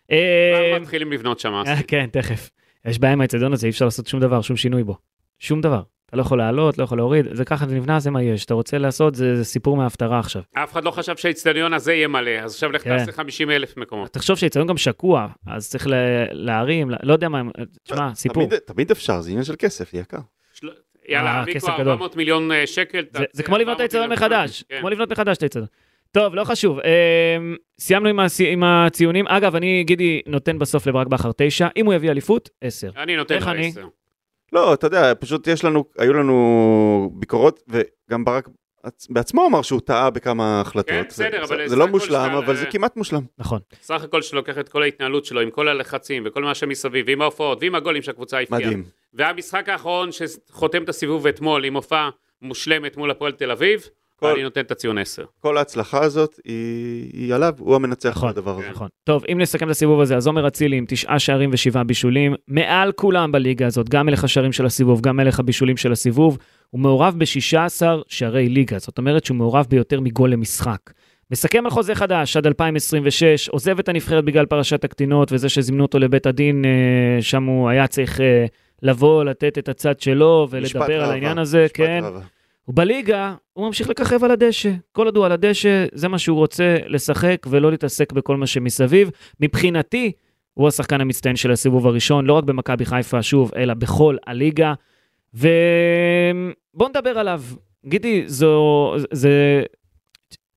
Speaker 4: כבר
Speaker 2: אה,
Speaker 4: מתחילים לבנות שם. אז.
Speaker 2: אה, כן, תכף. יש בעיה עם האצטדיון הזה, אי אפשר לעשות שום דבר, שום שינוי בו. שום דבר. אתה לא יכול לעלות, לא יכול להוריד, זה ככה זה נבנה, זה מה יש. אתה רוצה לעשות, זה זה סיפור מההפטרה עכשיו.
Speaker 4: אף אחד לא חשב שהאיצטדיון הזה יהיה מלא, אז עכשיו לך
Speaker 2: כן.
Speaker 4: תעשה 50 אלף מקומות.
Speaker 2: תחשוב שהאצטדיון גם שקוע, אז צריך ל- להרים, לא יודע מה, תשמע, סיפור.
Speaker 3: תמיד- תמיד אפשר, זה עניין של כסף, זה יקר.
Speaker 4: של- יאללה,
Speaker 2: אה,
Speaker 4: מיקו,
Speaker 2: כסף גדול.
Speaker 4: 400 מיליון אה, שקל.
Speaker 2: זה, זה
Speaker 4: תעשה
Speaker 2: כמו לבנות את
Speaker 4: 400
Speaker 2: האצטדיון
Speaker 4: מיליון שקל.
Speaker 2: מחדש,
Speaker 4: כן.
Speaker 2: כמו לבנות מחדש את האצטדיון. טוב, לא חשוב. אמ, סיימנו עם, הס... עם הציונים. אגב, אני, גידי, נותן בסוף לברק בכר תשע, אם הוא יביא אליפות, עשר.
Speaker 4: אני נותן
Speaker 2: איך
Speaker 4: לך
Speaker 2: אני?
Speaker 4: 10.
Speaker 3: לא, אתה יודע, פשוט יש לנו, היו לנו ביקורות, וגם ברק עצ- בעצמו אמר שהוא טעה בכמה החלטות.
Speaker 4: כן, בסדר,
Speaker 3: זה-
Speaker 4: אבל
Speaker 3: זה
Speaker 4: סך
Speaker 3: לא
Speaker 4: הכל אה,
Speaker 3: מושלם,
Speaker 4: שאתה-
Speaker 3: אבל זה כמעט מושלם.
Speaker 2: נכון.
Speaker 4: סך הכל שלו לוקח את כל ההתנהלות שלו, עם כל הלחצים, וכל מה שמסביב, ועם ההופעות, ועם הגולים שהקבוצה הבקיעה.
Speaker 3: מדהים.
Speaker 4: והמשחק האחרון שחותם את הסיבוב אתמול, עם הופעה מושלמת מול הפועל תל אביב,
Speaker 3: כל-
Speaker 4: אני נותן את הציון 10.
Speaker 3: כל ההצלחה הזאת היא היא עליו, הוא המנצח
Speaker 2: נכון,
Speaker 3: בדבר הזה.
Speaker 2: נכון. טוב, אם נסכם את הסיבוב הזה, אז עומר אצילי עם תשעה שערים ושבעה בישולים, מעל כולם בליגה הזאת, גם מלך השערים של הסיבוב, גם מלך הבישולים של הסיבוב, הוא מעורב ב-16 שערי ליגה, זאת אומרת שהוא מעורב ביותר מגול למשחק. מסכם על חוזה חדש עד 2026, עוזב את הנבחרת בגלל פרשת הקטינות וזה שזימנו אותו לבית הדין, אה, שם הוא היה צריך אה, לבוא, לתת את הצד שלו
Speaker 3: משפט
Speaker 2: ולדבר על
Speaker 3: ראווה,
Speaker 2: העניין הזה,
Speaker 3: משפט
Speaker 2: כן.
Speaker 3: ראווה.
Speaker 2: ובליגה, הוא ממשיך לככב על הדשא. כל עוד הוא על הדשא, זה מה שהוא רוצה, לשחק ולא להתעסק בכל מה שמסביב. מבחינתי, הוא השחקן המצטיין של הסיבוב הראשון, לא רק במכבי חיפה, שוב, אלא בכל הליגה. ובואו נדבר עליו. גידי, זו... זה...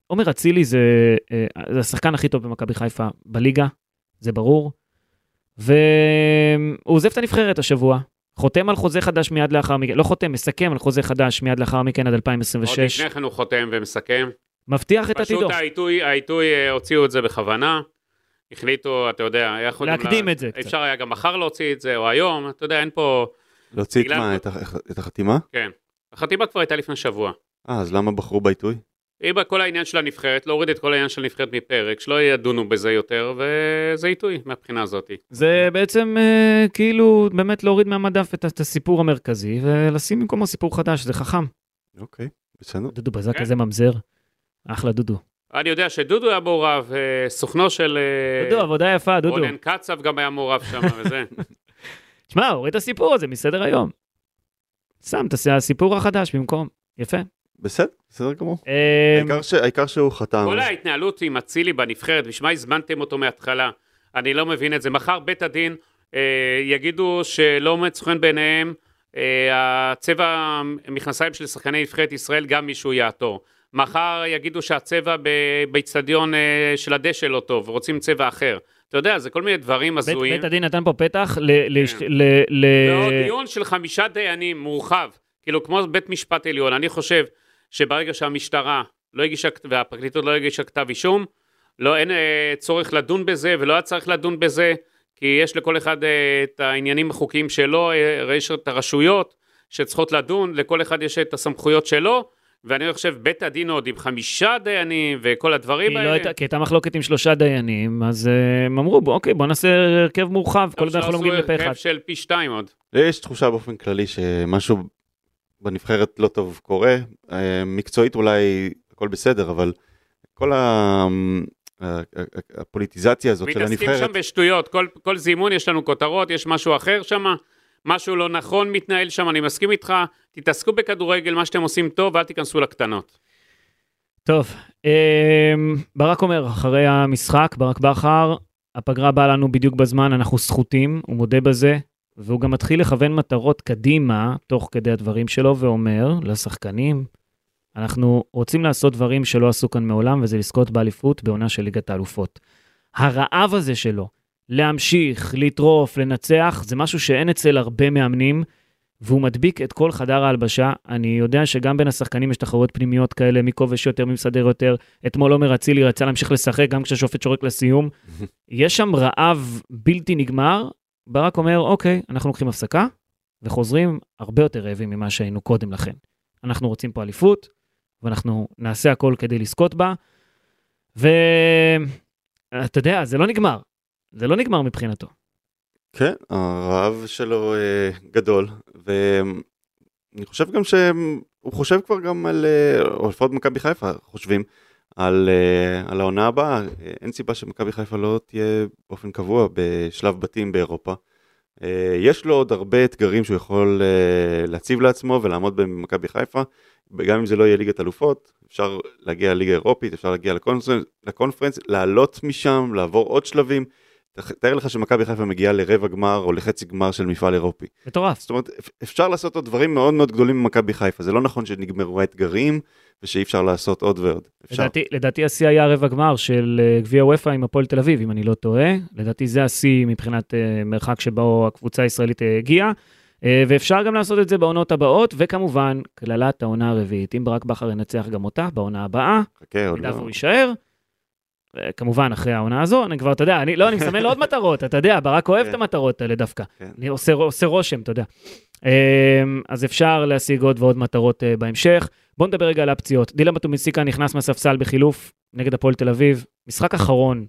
Speaker 2: עומר אצילי זה, אה, זה השחקן הכי טוב במכבי חיפה בליגה, זה ברור. והוא עוזב את הנבחרת השבוע, חותם על חוזה חדש מיד לאחר מכן, לא חותם, מסכם על חוזה חדש מיד לאחר מכן עד
Speaker 4: עוד
Speaker 2: 2026,
Speaker 4: לפני כן הוא חותם ומסכם.
Speaker 2: מבטיח את עתידו.
Speaker 4: פשוט העיתוי, העיתוי אה, הוציאו את זה בכוונה. החליטו, אתה יודע, היה יכולים...
Speaker 2: להקדים
Speaker 4: לה-
Speaker 2: את זה קצת.
Speaker 4: אפשר היה גם מחר להוציא את זה, או היום, אתה יודע, אין פה...
Speaker 3: להוציא את
Speaker 4: בגלל-
Speaker 3: מה? את הח- את החתימה?
Speaker 4: כן. החתימה כבר הייתה לפני שבוע.
Speaker 3: אה, אז למה בחרו בעיתוי?
Speaker 4: היא בכל העניין של הנבחרת, להוריד את כל העניין של הנבחרת מפרק, שלא ידונו בזה יותר, וזה עיתוי מהבחינה הזאת.
Speaker 2: זה בעצם אה, כאילו באמת להוריד מהמדף את, את הסיפור המרכזי ולשים במקומו סיפור חדש, זה חכם.
Speaker 3: אוקיי, בסדר.
Speaker 2: דודו בזק
Speaker 4: כן.
Speaker 2: כזה ממזר, אחלה דודו.
Speaker 4: אני יודע שדודו היה מעורב, אה, סוכנו של... אה,
Speaker 2: דודו, עבודה יפה, דודו.
Speaker 4: רונן קצב גם היה מעורב שם וזה.
Speaker 2: תשמע, הוריד את הסיפור הזה מסדר היום. שם את הס- הסיפור החדש במקום, יפה.
Speaker 3: בסדר, בסדר גמור.
Speaker 2: אה,
Speaker 3: העיקר ש- העיקר שהוא חתם.
Speaker 4: כל ההתנהלות עם אצילי בנבחרת, בשביל מה הזמנתם אותו מההתחלה? אני לא מבין את זה. מחר בית הדין אה, יגידו שלא עומד סוכן בעיניהם, אה, הצבע המכנסיים של שחקני נבחרת ישראל גם מישהו יעתור. מחר יגידו שהצבע ב- באיצטדיון אה, של הדשא לא טוב, רוצים צבע אחר. אתה יודע, זה כל מיני דברים
Speaker 2: בית-
Speaker 4: הזויים.
Speaker 2: בית הדין נתן פה פתח ל... ל-
Speaker 4: כן.
Speaker 2: ל- ל-
Speaker 4: ועוד דיון של חמישה דיינים מורחב, כאילו כמו בית משפט עליון. אני חושב שברגע שהמשטרה לא הגישה, והפרקליטות לא הגישה כתב אישום, לא, אין אה, צורך לדון בזה ולא היה צריך לדון בזה, כי יש לכל אחד אה, את העניינים החוקיים שלו, אה, יש את הרשויות שצריכות לדון, לכל אחד יש את הסמכויות שלו, ואני חושב בית הדין עוד עם חמישה דיינים וכל
Speaker 2: כי
Speaker 4: הדברים
Speaker 2: לא
Speaker 4: האלה.
Speaker 2: הייתה- כי הייתה מחלוקת עם שלושה דיינים, אז אה, הם אמרו, "בוא, אוקיי, בוא נעשה הרכב מורחב, כל עוד אנחנו לא מגיעים לפה
Speaker 4: עכשיו עשו
Speaker 2: אחד.
Speaker 4: הרכב של פי שתיים עוד.
Speaker 3: יש תחושה באופן כללי שמשהו בנבחרת לא טוב קורה. אה, מקצועית אולי הכל בסדר, אבל כל ה... ה- ה- הפוליטיזציה הזאת של
Speaker 4: מתעסקים
Speaker 3: הנבחרת,
Speaker 4: שם בשטויות, כל, כל זימון יש לנו כותרות, יש משהו אחר שם, משהו לא נכון מתנהל שם, אני מסכים איתך, תתעסקו בכדורגל, מה שאתם עושים טוב, ואל תיכנסו לקטנות.
Speaker 2: טוב, אמ, ברק אומר, אחרי המשחק, ברק בכר, הפגרה באה לנו בדיוק בזמן, אנחנו סחוטים, הוא מודה בזה, והוא גם מתחיל לכוון מטרות קדימה, תוך כדי הדברים שלו, ואומר לשחקנים, אנחנו רוצים לעשות דברים שלא עשו כאן מעולם, וזה לזכות באליפות בעונה של ליגת האלופות. הרעב הזה שלו, להמשיך, לטרוף, לנצח, זה משהו שאין אצל הרבה מאמנים, והוא מדביק את כל חדר ההלבשה. אני יודע שגם בין השחקנים יש תחרויות פנימיות כאלה, מי כובש יותר, מי מסדר יותר. אתמול עומר אצילי רצה להמשיך לשחק גם כשהשופט שורק לסיום. יש שם רעב בלתי נגמר. ברק אומר, אוקיי, אנחנו לוקחים הפסקה, וחוזרים הרבה יותר רעבים ממה שהיינו קודם לכן. אנחנו רוצים פה אליפות, ואנחנו נעשה הכל כדי לזכות בה. ואתה יודע, זה לא נגמר. זה לא נגמר מבחינתו.
Speaker 3: כן, הרעב שלו אה, גדול, ואני חושב גם שהוא חושב כבר גם על, אה, או לפחות מכבי חיפה חושבים, על, אה, על העונה הבאה, אה, אין סיבה שמכבי חיפה לא תהיה באופן קבוע בשלב בתים באירופה. אה, יש לו עוד הרבה אתגרים שהוא יכול אה, להציב לעצמו ולעמוד בהם במכבי חיפה, גם אם זה לא יהיה ליגת אלופות, אפשר להגיע לליגה אירופית, אפשר להגיע לקונפרנס, לקונפרנס לעלות משם, לעבור עוד שלבים. תח- תאר לך שמכבי חיפה מגיעה לרבע גמר או לחצי גמר של מפעל אירופי.
Speaker 2: מטורף.
Speaker 3: זאת אומרת, אפ- אפשר לעשות עוד דברים מאוד מאוד גדולים במכבי חיפה. זה לא נכון שנגמרו האתגרים ושאי אפשר לעשות עוד ועוד. אפשר.
Speaker 2: לדעתי, לדעתי השיא היה רבע גמר של אה, גביע וופא עם הפועל תל אביב, אם אני לא טועה. לדעתי זה השיא מבחינת אה, מרחק שבו הקבוצה הישראלית אה, הגיעה. אה, ואפשר גם לעשות את זה בעונות הבאות, וכמובן, קללת העונה הרביעית. אם ברק בכר ינצח גם אותה בעונה הבאה,
Speaker 3: חכה, עוד
Speaker 2: במידה
Speaker 3: לא.
Speaker 2: והוא יישאר. אה, כמובן, אחרי העונה הזו, אני כבר, אתה יודע, אני, לא, אני מסמן לו עוד מטרות, אתה יודע, ברק אוהב
Speaker 3: כן.
Speaker 2: את המטרות האלה דווקא.
Speaker 3: כן.
Speaker 2: אני עושה, עושה רושם, אתה יודע. אה, אז אפשר להשיג עוד ועוד מטרות אה, בהמשך. בואו נדבר רגע על הפציעות. דילמה טומיסיקה נכנס מהספסל בחילוף נגד הפועל תל אביב. משחק אחרון,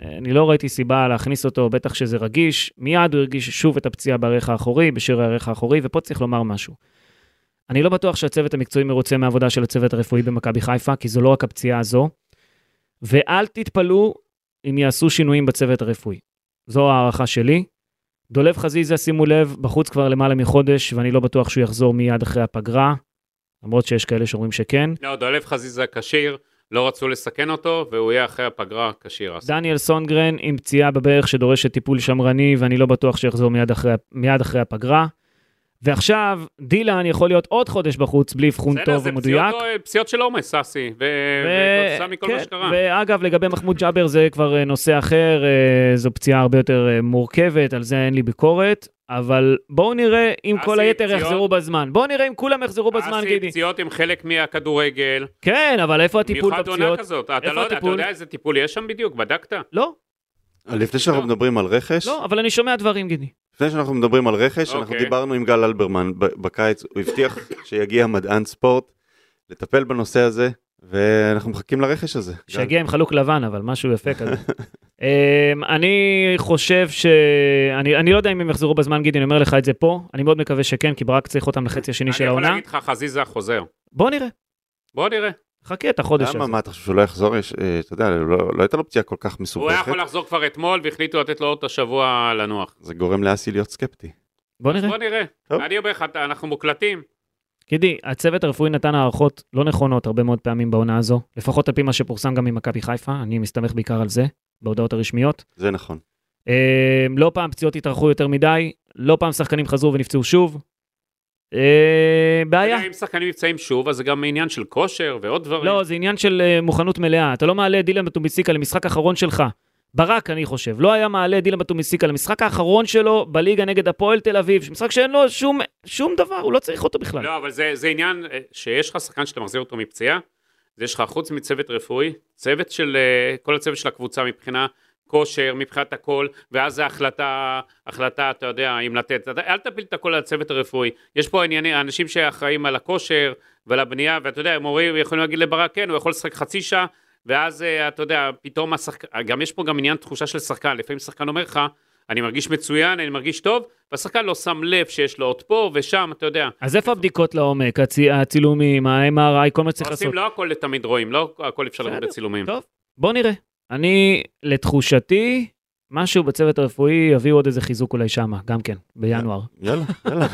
Speaker 2: אה, אני לא ראיתי סיבה להכניס אותו, בטח שזה רגיש. מיד הוא הרגיש שוב את הפציעה בירך האחורי, בשיר הירך האחורי, ופה צריך לומר משהו. אני לא בטוח שהצוות המקצועי מרוצה מהעבודה של הצוות הרפואי במכבי חיפה, כי זו לא רק הפציעה הזו. ואל תתפלאו אם יעשו שינויים בצוות הרפואי. זו הערכה שלי. דולב חזיזה, שימו לב, בחוץ כבר למעלה מחודש, ואני לא בטוח שהוא יחזור מיד אחרי הפגרה, למרות שיש כאלה שאומרים שכן.
Speaker 4: לא, דולב חזיזה כשיר, לא רצו לסכן אותו, והוא יהיה אחרי הפגרה כשיר. אז.
Speaker 2: דניאל סונגרן עם פציעה בברך שדורשת טיפול שמרני, ואני לא בטוח שיחזור מיד אחרי, מיד אחרי הפגרה. ועכשיו, דילן יכול להיות עוד חודש בחוץ בלי אבחון
Speaker 4: בסדר,
Speaker 2: טוב
Speaker 4: זה
Speaker 2: ומדויק.
Speaker 4: פציעות- אה, פציעות של עומס, סאסי, ו-
Speaker 2: ו-
Speaker 4: וסמי כל מה
Speaker 2: כן,
Speaker 4: שקרה.
Speaker 2: ואגב, לגבי מחמוד ג'אבר זה כבר אה, נושא אחר, אה, זו פציעה הרבה יותר אה, מורכבת, על זה אין לי ביקורת, אבל בואו נראה אם
Speaker 4: אסי,
Speaker 2: כל היתר
Speaker 4: פציעות.
Speaker 2: יחזרו בזמן. בואו נראה אם כולם יחזרו בזמן,
Speaker 4: אסי,
Speaker 2: גידי.
Speaker 4: פציעות הם חלק מהכדורגל,
Speaker 2: כן, אבל איפה הטיפול
Speaker 4: במיוחד עונה
Speaker 2: בפציעות?
Speaker 4: כזאת. אתה
Speaker 2: איפה
Speaker 4: לא יודע- אתה
Speaker 2: הטיפול?
Speaker 4: יודע איזה טיפול יש שם בדיוק, בדקת?
Speaker 2: לא.
Speaker 3: אה, לפני שאנחנו
Speaker 4: לא.
Speaker 3: מדברים על רכש,
Speaker 2: לא, אבל אני שומע דברים, גידי.
Speaker 3: לפני שאנחנו מדברים על רכש, אנחנו
Speaker 4: אוקיי.
Speaker 3: דיברנו עם גל אלברמן ב- בקיץ, הוא הבטיח שיגיע מדען ספורט לטפל בנושא הזה, ואנחנו מחכים לרכש הזה. גל,
Speaker 2: שיגיע עם חלוק לבן, אבל משהו יפה כזה. אמ, אני חושב ש... אני, אני לא יודע אם הם יחזרו בזמן, גידי, אני אומר לך את זה פה. אני מאוד מקווה שכן, כי ברק צריך אותם לחצי השני של
Speaker 4: אני יכול
Speaker 2: העונה.
Speaker 4: להגיד לך, חזיזה חוזר.
Speaker 2: בוא נראה.
Speaker 4: בוא נראה.
Speaker 2: חכה את החודש הזה.
Speaker 3: למה, מה אתה חושב שהוא לא יחזור? יש, אה, אתה יודע, לא לא הייתה לו פציעה כל כך
Speaker 4: הוא היה
Speaker 3: מסובכת,
Speaker 4: יכול לחזור כבר אתמול, והחליטו לתת לו עוד השבוע לנוח.
Speaker 3: זה גורם לאסי להיות סקפטי.
Speaker 2: בוא נראה.
Speaker 4: בוא נראה.
Speaker 3: טוב.
Speaker 4: אני אומר לך, אתה- אנחנו מוקלטים.
Speaker 2: גידי, הצוות הרפואי נתן הערכות לא נכונות הרבה מאוד פעמים בעונה הזו, לפחות על פי מה שפורסם גם ממכבי חיפה, אני מסתמך בעיקר על זה, בהודעות הרשמיות.
Speaker 3: זה נכון.
Speaker 2: אה, לא פעם פציעות התארכו יותר מדי, לא פעם שחקנים חזרו ונפצעו שוב. אה, בעיה.
Speaker 4: אם שחקנים נפצעים שוב, אז זה גם עניין של כושר ועוד דברים.
Speaker 2: לא, זה עניין של אה, מוכנות מלאה. אתה לא מעלה את דילן בטוביסיקה למשחק האחרון שלך. ברק, אני חושב, לא היה מעלה את דילן בטוביסיקה למשחק האחרון שלו בליגה נגד הפועל תל אביב, משחק שאין לו שום, שום דבר, הוא לא צריך אותו בכלל.
Speaker 4: לא, אבל זה, זה עניין אה, שיש לך שחקן שאתה מחזיר אותו מפציעה, אז יש לך חוץ מצוות רפואי, צוות של, אה, כל הצוות של הקבוצה מבחינה כושר, מבחינת הכל, ואז זה החלטה, החלטה, אתה יודע, אם לתת, אתה- אל תפיל את הכל על הצוות הרפואי. יש פה ענייני, אנשים שאחראים על הכושר ועל הבנייה, ואתה יודע, הם אומרים, יכולים להגיד לברק, כן, הוא יכול לשחק חצי שעה, ואז אה, אתה יודע, פתאום השחקן, גם יש פה גם עניין תחושה של שחקן, לפעמים שחקן אומר לך, אני מרגיש מצוין, אני מרגיש טוב, והשחקן לא שם לב שיש לו עוד פה ושם, אתה יודע.
Speaker 2: אז איפה הבדיקות לעומק, הצ... הצילומים, ה-MRI, כל מה שצריך לעשות?
Speaker 4: עושים, לא הכל תמיד רואים, לא הכל אפשר לראות
Speaker 2: בסדר,
Speaker 4: בצילומים.
Speaker 2: טוב, בוא נראה. אני, לתחושתי, משהו בצוות הרפואי יביאו עוד איזה חיזוק אולי שמה, גם כן, בינואר.
Speaker 3: יאללה, יאללה.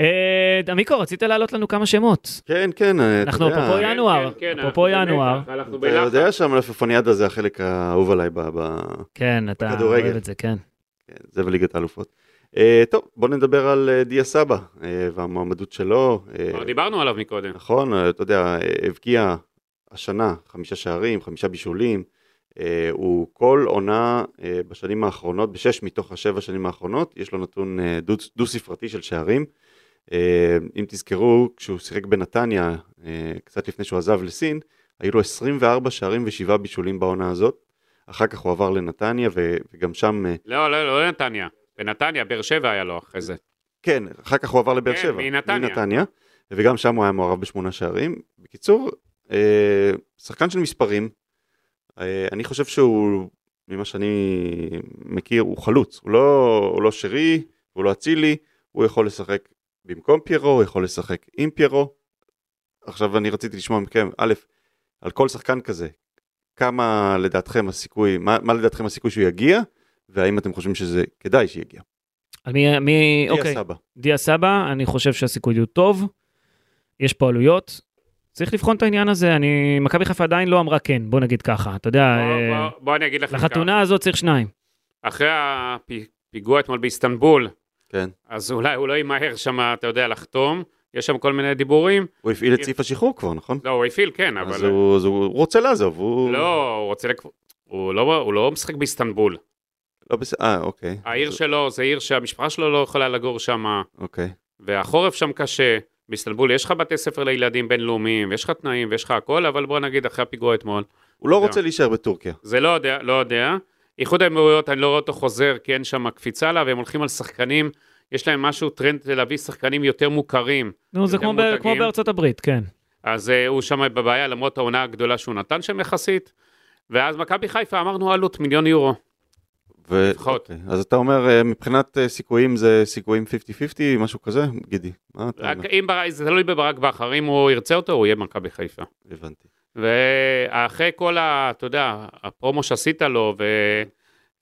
Speaker 2: אה, עמיקו, רצית להעלות לנו כמה שמות.
Speaker 3: כן, כן, אה, אתה
Speaker 2: אנחנו
Speaker 3: יודע,
Speaker 2: אפרופו
Speaker 4: כן,
Speaker 2: ינואר,
Speaker 4: כן, כן,
Speaker 2: אפרופו
Speaker 4: אנחנו
Speaker 2: ינואר.
Speaker 4: במתח, אנחנו
Speaker 3: אתה
Speaker 4: בלחץ.
Speaker 3: יודע שהמלפפוניאדה זה החלק האהוב עליי ב... ב-
Speaker 2: כן, אתה
Speaker 3: בכדורגל.
Speaker 2: אוהב את זה, כן.
Speaker 3: כן, זה וליגת האלופות. אה, טוב, בוא נדבר על אה, דיה סבא אה, והמועמדות שלו. אה,
Speaker 4: כבר דיברנו עליו מקודם.
Speaker 3: נכון, אה, אתה יודע, אה, הבקיע השנה חמישה שערים, חמישה בישולים. אה, הוא כל עונה אה, בשנים האחרונות, בשש מתוך השבע שנים האחרונות, יש לו נתון אה, דו- דו-ספרתי של שערים. אה, אם תזכרו, כשהוא שיחק בנתניה, אה, קצת לפני שהוא עזב לסין, היו לו 24 שערים ושבעה בישולים בעונה הזאת. אחר כך הוא עבר לנתניה, ו- וגם שם אה,
Speaker 4: לא, לא, לא נתניה. בנתניה, באר שבע היה לו אחרי זה.
Speaker 3: כן, אחר כך הוא עבר לבאר
Speaker 4: כן,
Speaker 3: שבע.
Speaker 4: מנתניה.
Speaker 3: מנתניה. וגם שם הוא היה מעורב בשמונה שערים. בקיצור, אה, שחקן של מספרים. אה, אני חושב שהוא, ממה שאני מכיר, הוא חלוץ. הוא לא, הוא לא שרי, הוא לא אצילי, הוא יכול לשחק במקום פיירו, הוא יכול לשחק עם פיירו. עכשיו אני רציתי לשמוע מכם, א', על כל שחקן כזה, כמה לדעתכם הסיכוי, מה, מה לדעתכם הסיכוי שהוא יגיע, והאם אתם חושבים שזה כדאי שיגיע.
Speaker 2: על מי, מי,
Speaker 3: דיה
Speaker 2: אוקיי,
Speaker 3: סבא.
Speaker 2: דיה סבא, אני חושב שהסיכוי הוא טוב, יש פה עלויות. צריך לבחון את העניין הזה, אני, מכבי חיפה עדיין לא אמרה כן, בוא נגיד ככה, אתה יודע,
Speaker 4: בוא-
Speaker 2: אה,
Speaker 4: בוא- בוא אני אגיד לך ככה.
Speaker 2: לחתונה הזאת צריך שניים.
Speaker 4: אחרי הפיגוע אתמול באיסטנבול,
Speaker 3: כן.
Speaker 4: אז אולי הוא לא ימהר שם, אתה יודע, לחתום. יש שם כל מיני דיבורים.
Speaker 3: הוא הפעיל את סעיף השחרור כבר, נכון?
Speaker 4: לא, הוא הפעיל, כן, אבל...
Speaker 3: אז הוא אז הוא רוצה לעזוב, הוא...
Speaker 4: לא, הוא רוצה... לקב- הוא לא- הוא לא משחק באיסטנבול.
Speaker 3: לא בסדר, אה, אוקיי.
Speaker 4: העיר
Speaker 3: אז-
Speaker 4: שלו, זה עיר שהמשפחה שלו לא יכולה לגור שם.
Speaker 3: אוקיי.
Speaker 4: והחורף שם קשה, באיסטנבול יש לך בתי ספר לילדים בינלאומיים, ויש לך תנאים ויש לך הכל, אבל בוא נגיד אחרי הפיגוע אתמול,
Speaker 3: הוא לא
Speaker 4: לא.
Speaker 3: רוצה להישאר בטורקיה.
Speaker 4: זה לא יודע, לא יודע. איחוד האמירויות, אני לא רואה אותו חוזר, כי אין שם קפיצה עליו, הם הולכים על שחקנים, יש להם משהו, טרנד להביא שחקנים יותר מוכרים.
Speaker 2: נו, זה
Speaker 4: יותר
Speaker 2: כמו, ב,
Speaker 4: מותגים.
Speaker 2: כמו בארצות הברית, כן.
Speaker 4: אז uh, הוא שם בבעיה, למרות העונה הגדולה שהוא נתן שם יחסית. ואז מכבי חיפה, אמרנו עלות מיליון יורו.
Speaker 3: ו-
Speaker 4: אה, לפחות.
Speaker 3: אוקיי. אז אתה אומר, אה, מבחינת אה, סיכויים זה סיכויים 50-50, משהו כזה? גידי, מה אתה
Speaker 4: רק
Speaker 3: אומר?
Speaker 4: אם בר... זה תלוי בברק בכר, אם הוא ירצה אותו, הוא יהיה מכבי חיפה.
Speaker 3: הבנתי.
Speaker 4: ואחרי כל ה... אתה יודע, הפרומו שעשית לו,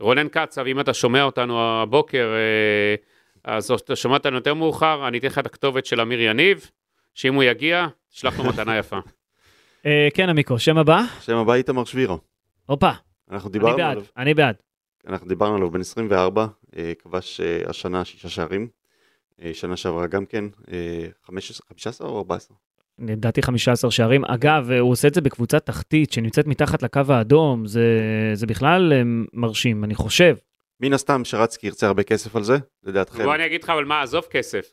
Speaker 4: ורונן קצב, אם אתה שומע אותנו הבוקר, אה, אז אתה שומע אותנו יותר מאוחר, אני אתן לך את הכתובת של אמיר יניב, שאם הוא יגיע, תשלח לו מתנה יפה.
Speaker 2: אה, כן, עמיקו, שם הבא?
Speaker 3: שם הבא איתמר שבירו.
Speaker 2: הופה,
Speaker 3: אנחנו
Speaker 2: אני
Speaker 3: דיברנו
Speaker 2: בעד,
Speaker 3: עליו.
Speaker 2: אני בעד.
Speaker 3: אנחנו דיברנו עליו בן 24, אה, כבש אה, השנה שישה שערים. אה, שנה שעברה גם כן, אה, 15 15 או 14?
Speaker 2: לדעתי 15 שערים. אגב, הוא עושה את זה בקבוצה תחתית שנמצאת מתחת לקו האדום, זה, זה בכלל אה, מרשים, אני חושב.
Speaker 3: מן הסתם שרצקי ירצה הרבה כסף על זה, לדעתכם.
Speaker 4: בוא אני אגיד לך, אבל מה, עזוב כסף.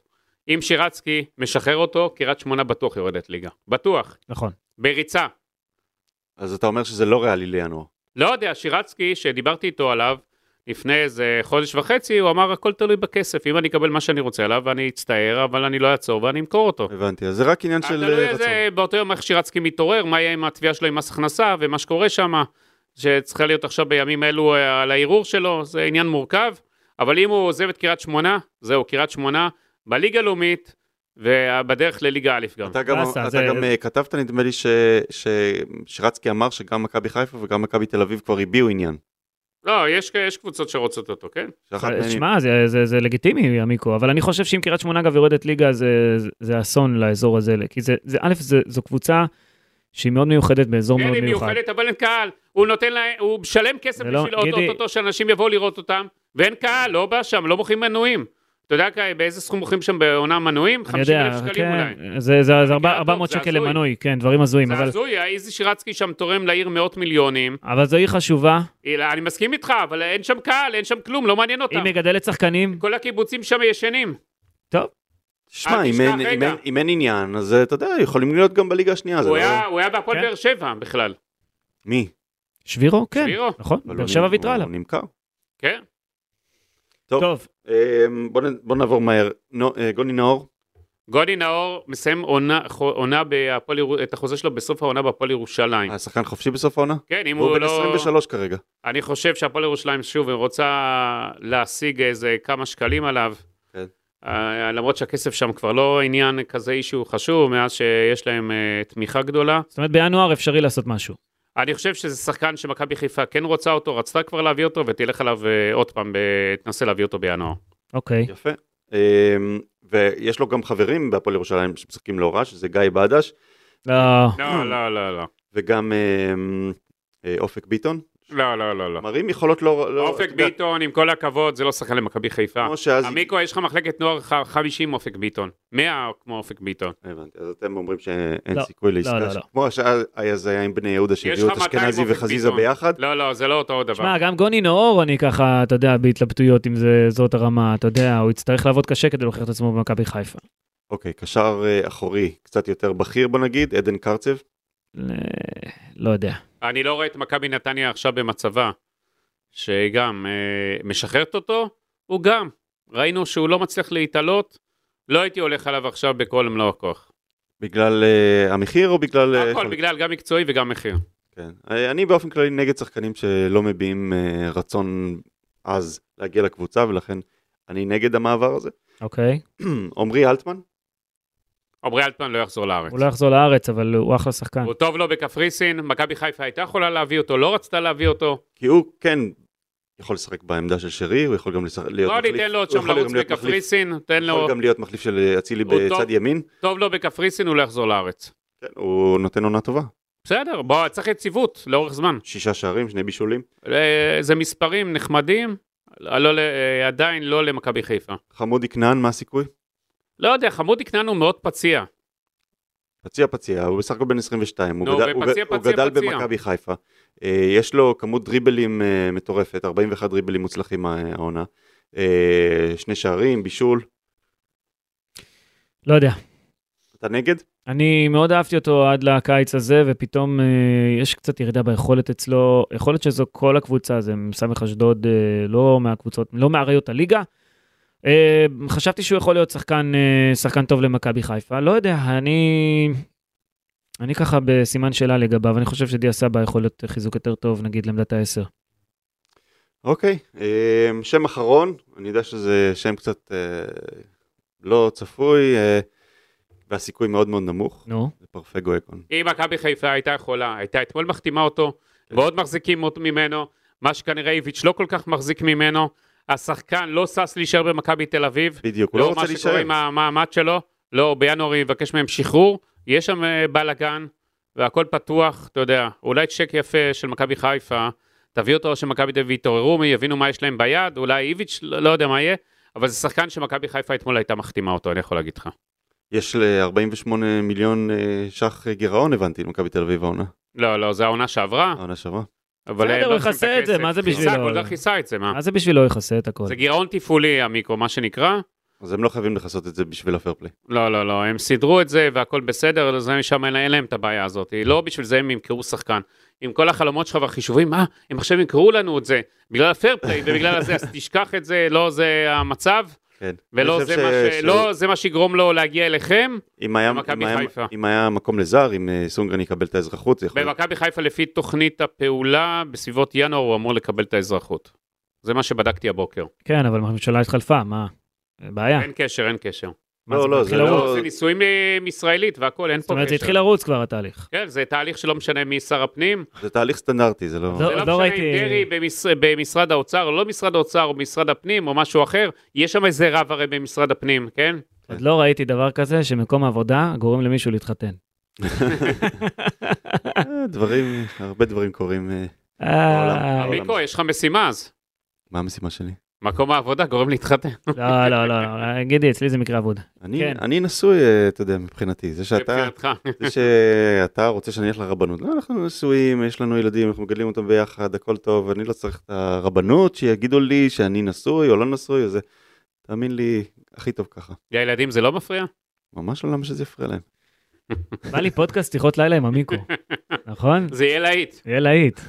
Speaker 4: אם שירצקי משחרר אותו, קריית שמונה בטוח יורדת ליגה. בטוח.
Speaker 2: נכון.
Speaker 4: בריצה.
Speaker 3: אז אתה אומר שזה לא ריאלי לינואר.
Speaker 4: לא יודע, שירצקי, שדיברתי איתו עליו לפני איזה חודש וחצי, הוא אמר, הכל תלוי בכסף, אם אני אקבל מה שאני רוצה עליו, אני אצטער, אבל אני לא אעצור ואני אמכור אותו.
Speaker 3: הבנתי, אז זה רק עניין של
Speaker 4: תלוי
Speaker 3: אה, רצון.
Speaker 4: איזה, באותו יום איך שירצקי מתעורר, מה יהיה עם התביעה שלו עם מס הכנסה ומה שקורה שם, שצריכה להיות עכשיו בימים אלו אה, על הערעור שלו, זה עניין מורכב, אבל אם הוא עוזב את קריית שמונה, זהו, קריית שמונה, בליגה הלאומית, ובדרך לליגה א' גם.
Speaker 3: אתה גם,
Speaker 2: באסה,
Speaker 3: אתה
Speaker 2: זה-
Speaker 3: גם אה, כתבת, נדמה לי, ש- ששרצקי אמר שגם מכבי חיפה וגם מכבי תל אביב כבר הביעו עניין.
Speaker 4: לא, יש, יש קבוצות שרוצות אותו, כן?
Speaker 3: שאחת מהן-
Speaker 2: אה, שמע, זה, זה, זה לגיטימי, עמיקו, אבל אני חושב שאם קריית שמונה, אגב, יורדת ליגה, זה, זה, זה אסון לאזור הזה, כי זה, זה א', זה, זו קבוצה שהיא מאוד מיוחדת באזור
Speaker 4: כן,
Speaker 2: מאוד
Speaker 4: היא
Speaker 2: מיוחד.
Speaker 4: מיוחדת, אבל אין קהל. הוא נותן להם, הוא משלם כסף
Speaker 2: זה לא-
Speaker 4: בשביל עוד
Speaker 2: גידי-
Speaker 4: אוטוטו, שאנשים יבואו לראות אותם, ואין קהל, לא בא שם, לא מוכרים מנויים. אתה יודע כ- באיזה סכום מוכרים שם בעונה מנויים?
Speaker 2: אני
Speaker 4: 50 אלף
Speaker 2: יודע,
Speaker 4: שקלים אולי.
Speaker 2: כן, זה, זה, זה ארבע-
Speaker 4: טוב,
Speaker 2: 400
Speaker 4: זה
Speaker 2: שקל
Speaker 4: הזוי.
Speaker 2: למנוי, כן, דברים הזויים,
Speaker 4: זה
Speaker 2: אבל,
Speaker 4: הזוי, איזי שירצקי שם תורם לעיר מאות מיליונים.
Speaker 2: אבל זו עיר חשובה,
Speaker 4: אלא, אני מסכים איתך, אבל אין שם קהל, אין שם כלום, לא מעניין אותם.
Speaker 2: היא מגדלת שחקנים,
Speaker 4: כל הקיבוצים שם ישנים.
Speaker 2: טוב,
Speaker 3: שמע,
Speaker 4: אל
Speaker 3: אם
Speaker 4: תשכח,
Speaker 3: אין-
Speaker 4: רגע.
Speaker 3: אם אין- אם אין עניין, אז אה, אתה יודע, יכולים להיות גם בליגה השנייה. זה
Speaker 4: הוא
Speaker 3: לא-
Speaker 4: היה- הוא היה בהפועל
Speaker 2: כן.
Speaker 4: באר שבע בכלל.
Speaker 3: מי?
Speaker 2: שבירו, כן,
Speaker 4: שבירו.
Speaker 2: נכון,
Speaker 3: אבל לא
Speaker 2: באר
Speaker 3: הוא
Speaker 2: שבע
Speaker 3: נ-
Speaker 2: ויתרה עליו.
Speaker 3: הוא נמכר.
Speaker 4: כן.
Speaker 3: טוב.
Speaker 2: טוב,
Speaker 3: אמ, בוא נ- בוא נעבור מהר. נו, אה, גוני נאור,
Speaker 4: גוני נאור מסיים עונה, חו- עונה בהפועל, ירו- את החוזה שלו בסוף העונה בהפועל ירושלים.
Speaker 3: השחקן חופשי בסוף העונה?
Speaker 4: כן, אם
Speaker 3: הוא
Speaker 4: הוא
Speaker 3: בן
Speaker 4: לא...
Speaker 3: 23 כרגע.
Speaker 4: אני חושב שהפועל ירושלים שוב רוצה להשיג איזה כמה שקלים עליו.
Speaker 3: כן.
Speaker 4: אה, למרות שהכסף שם כבר לא עניין כזה אישיו חשוב, מאז שיש להם אה, תמיכה גדולה.
Speaker 2: זאת אומרת, בינואר אפשרי לעשות משהו.
Speaker 4: אני חושב שזה שחקן שמכבי חיפה כן רוצה אותו, רצתה כבר להביא אותו, ותלך עליו אה, עוד פעם, ב- תנסה להביא אותו בינואר.
Speaker 2: אוקיי,
Speaker 3: יפה. אמ, ויש לו גם חברים בהפועל ירושלים שמשחקים לא רע, שזה גיא בדש,
Speaker 2: לא,
Speaker 4: לא, לא, לא, לא.
Speaker 3: וגם אמ, אה, אופק ביטון.
Speaker 4: לא, לא, לא, לא.
Speaker 3: מראים יכולות לא... לא-
Speaker 4: אופק
Speaker 3: אתה יודע,
Speaker 4: ביטון, עם כל הכבוד, זה לא שחקן למכבי חיפה.
Speaker 3: כמו שאז...
Speaker 4: עמיקו, יש לך מחלקת נוער ח- 50 אופק ביטון. 100 כמו אופק ביטון.
Speaker 3: הבנתי, אז אתם אומרים שאין
Speaker 2: לא,
Speaker 3: סיכוי
Speaker 2: לא,
Speaker 3: לעסקה.
Speaker 2: לא,
Speaker 3: ש-
Speaker 2: לא.
Speaker 3: כמו שאז זה היה עם בני יהודה שהביאו
Speaker 4: לך
Speaker 3: את
Speaker 4: 200
Speaker 3: אשכנזי
Speaker 4: אופק
Speaker 3: וחזיזה
Speaker 4: ביטון.
Speaker 3: ביחד.
Speaker 4: לא, לא, זה לא אותו דבר.
Speaker 2: שמע, גם גוני נאור, אני ככה, אתה יודע, בהתלבטויות אם זה, זאת הרמה, אתה יודע, הוא יצטרך לעבוד קשה כדי להוכיח את עצמו במכבי חיפה.
Speaker 3: אוקיי, קשר אה, אחורי, קצת יותר בכיר בוא נגיד, עדן קרצב.
Speaker 2: אה, לא יודע.
Speaker 4: אני לא רואה את מכבי נתניה עכשיו במצבה, שהיא גם אה, משחררת אותו, הוא גם. ראינו שהוא לא מצליח להתעלות, לא הייתי הולך עליו עכשיו בכל מלוא הכוח.
Speaker 3: בגלל אה, המחיר או בגלל... אה,
Speaker 4: הכל
Speaker 3: יכול-
Speaker 4: בגלל גם מקצועי וגם מחיר.
Speaker 3: כן. אה, אני באופן כללי נגד שחקנים שלא מביעים אה, רצון עז להגיע לקבוצה, ולכן אני נגד המעבר הזה.
Speaker 2: אוקיי.
Speaker 3: עמרי אלטמן,
Speaker 4: עמרי אלטמן לא יחזור לארץ.
Speaker 2: הוא לא יחזור לארץ, אבל הוא אחלה שחקן.
Speaker 4: הוא טוב לו בקפריסין, מכבי חיפה הייתה יכולה להביא אותו, לא רצתה להביא אותו.
Speaker 3: כי הוא כן יכול לשחק בעמדה של שרי, הוא יכול גם לשחק, להיות
Speaker 4: בוא
Speaker 3: מחליף.
Speaker 4: ניתן לא, לו עוד
Speaker 3: הוא
Speaker 4: שם
Speaker 3: יכול גם
Speaker 4: לרוץ
Speaker 3: להיות מחליף-
Speaker 4: בקפריסין, תן
Speaker 3: הוא
Speaker 4: לו,
Speaker 3: יכול גם להיות מחליף של אה, אצילי
Speaker 4: הוא טוב.
Speaker 3: בצד ימין.
Speaker 4: טוב לו בקפריסין, הוא לא יחזור לארץ.
Speaker 3: כן, הוא נותן עונה טובה.
Speaker 4: בסדר, בוא, צריך יציבות לאורך זמן.
Speaker 3: שישה שערים, שני בישולים.
Speaker 4: אה, זה מספרים נחמדים, לא ל- אה, עדיין לא למכבי חיפה.
Speaker 3: חמודי כנען, מה הסיכוי?
Speaker 4: לא יודע, חמודי כנען הוא מאוד פציע.
Speaker 3: פציע פציע, הוא בסך הכל בן 22, הוא
Speaker 4: נו,
Speaker 3: גדל- הוא
Speaker 4: לא, ופציע,
Speaker 3: ג- הוא
Speaker 4: פציע,
Speaker 3: גדל
Speaker 4: פציע.
Speaker 3: במכבי חיפה. אה, יש לו כמות דריבלים אה, מטורפת, 41 דריבלים מוצלחים אה, העונה. אה, שני שערים, בישול.
Speaker 2: לא יודע.
Speaker 3: אתה נגד?
Speaker 2: אני מאוד אהבתי אותו עד לקיץ הזה, ופתאום אה, יש קצת ירידה ביכולת אצלו. יכול להיות שזו כל הקבוצה, זה סמך אשדוד, אה, לא מהקבוצות, לא מאריות הליגה. אה, חשבתי שהוא יכול להיות שחקן, אה, שחקן טוב למכבי חיפה, לא יודע, אני... אני ככה בסימן שאלה לגביו, אני חושב שדיה סבא יכול להיות חיזוק יותר טוב, נגיד, לעמדת העשר.
Speaker 3: אוקיי, אה, שם אחרון, אני יודע שזה שם קצת אה, לא צפוי, אה, והסיכוי מאוד מאוד נמוך,
Speaker 2: נו,
Speaker 3: זה פרפגו אקון.
Speaker 4: אם מכבי חיפה הייתה יכולה, הייתה אתמול מחתימה אותו,
Speaker 3: כן.
Speaker 4: ועוד מחזיקים אותו ממנו, מה שכנראה איביץ' לא כל כך מחזיק ממנו. השחקן לא שש להישאר במכבי תל אביב.
Speaker 3: בדיוק, הוא לא
Speaker 4: לא
Speaker 3: רוצה
Speaker 4: מה שקורה
Speaker 3: להישאר.
Speaker 4: עם המעמד שלו. לא, בינואר הוא יבקש מהם שחרור, יש שם אה, בלאגן, והכל פתוח, אתה יודע. אולי צ'ק יפה של מכבי חיפה, תביא אותו שמכבי תל אביב יתעוררו, יבינו מה יש להם ביד, אולי איביץ', לא לא יודע מה יהיה, אבל זה שחקן שמכבי חיפה אתמול הייתה מחתימה אותו, אני יכול להגיד לך.
Speaker 3: יש ל-48 מיליון אה, ש"ח גירעון, הבנתי, למכבי תל אביב העונה,
Speaker 4: לא, לא, זה העונה שעברה.
Speaker 3: העונה שעברה.
Speaker 4: אבל
Speaker 2: בסדר,
Speaker 4: הם לא
Speaker 2: הוא
Speaker 4: לוקחים
Speaker 2: יכסה את זה,
Speaker 4: הכסף.
Speaker 2: מה זה
Speaker 4: חיסה,
Speaker 2: בשבילו? אה,
Speaker 4: גולדה כיסה את אה. זה, מה?
Speaker 2: מה זה בשבילו יכסה את הכל?
Speaker 4: זה גירעון תפעולי, המיקרו, מה שנקרא,
Speaker 3: אז הם לא חייבים לכסות את זה בשביל הפייר פליי.
Speaker 4: לא, לא, לא, הם סידרו את זה והכל בסדר, אז שם אין, אין להם את הבעיה הזאת. לא בשביל זה הם ימכרו שחקן. עם כל החלומות שלך והחישובים, אה, הם עכשיו ימכרו לנו את זה, בגלל הפייר פליי ובגלל זה, אז תשכח את זה, לא זה המצב,
Speaker 3: כן.
Speaker 4: ולא
Speaker 3: אני חושב
Speaker 4: זה, מה ש... לא, זה מה שיגרום לו להגיע אליכם.
Speaker 3: אם היה, אם,
Speaker 4: במכבי חיפה.
Speaker 3: היה, אם היה מקום לזר, אם אה, סונגרן יקבל את האזרחות, זה יכול להיות.
Speaker 4: במכבי חיפה, לפי תוכנית הפעולה, בסביבות ינואר הוא אמור לקבל את האזרחות. זה מה שבדקתי הבוקר.
Speaker 2: כן, אבל הממשלה התחלפה, מה? בעיה.
Speaker 4: אין קשר, אין קשר.
Speaker 2: מה
Speaker 3: לא,
Speaker 2: זה
Speaker 3: לא,
Speaker 2: מתחיל
Speaker 3: זה
Speaker 4: לא,
Speaker 2: אה. לרוץ?
Speaker 4: לא, זה נישואים אה, עם ישראלית והכל, אין פה
Speaker 2: זאת אומרת,
Speaker 4: קשר.
Speaker 2: זה התחיל לרוץ כבר התהליך.
Speaker 4: כן, זה תהליך שלא משנה מי שר הפנים.
Speaker 3: זה תהליך סטנדרטי, זה לא...
Speaker 2: לא,
Speaker 4: זה לא
Speaker 2: לא
Speaker 4: משנה
Speaker 2: ראיתי-
Speaker 4: אם דרעי במשר- במשרד האוצר, או לא משרד האוצר, או משרד הפנים, או משהו אחר. יש שם איזה רב הרי במשרד הפנים, כן?
Speaker 2: עוד לא ראיתי דבר כזה שמקום העבודה גורם למישהו להתחתן.
Speaker 3: אה, דברים, הרבה דברים קורים. אה,
Speaker 2: אה,
Speaker 3: העולם.
Speaker 4: מיקו, יש לך משימה אז.
Speaker 3: מה המשימה שלי?
Speaker 4: מקום העבודה גורם להתחתן.
Speaker 2: לא, לא, לא, לא, גידי, אצלי זה מקרה אבוד.
Speaker 3: אני,
Speaker 2: כן.
Speaker 3: אני נשוי, אה, אתה יודע, מבחינתי. זה שאתה,
Speaker 4: מבחינתך.
Speaker 3: זה שאתה רוצה שאני אלך לרבנות. לא, אנחנו נשואים, יש לנו ילדים, אנחנו מגדלים אותם ביחד, הכל טוב, אני לא צריך את הרבנות שיגידו לי שאני נשוי או לא נשוי, או זה... תאמין לי, הכי טוב ככה.
Speaker 4: לילדים זה לא מפריע?
Speaker 3: ממש לא למה שזה יפריע להם.
Speaker 2: בא לי פודקאסט שיחות לילה עם המיקרו, נכון?
Speaker 4: זה יהיה להיט.
Speaker 2: יהיה להיט.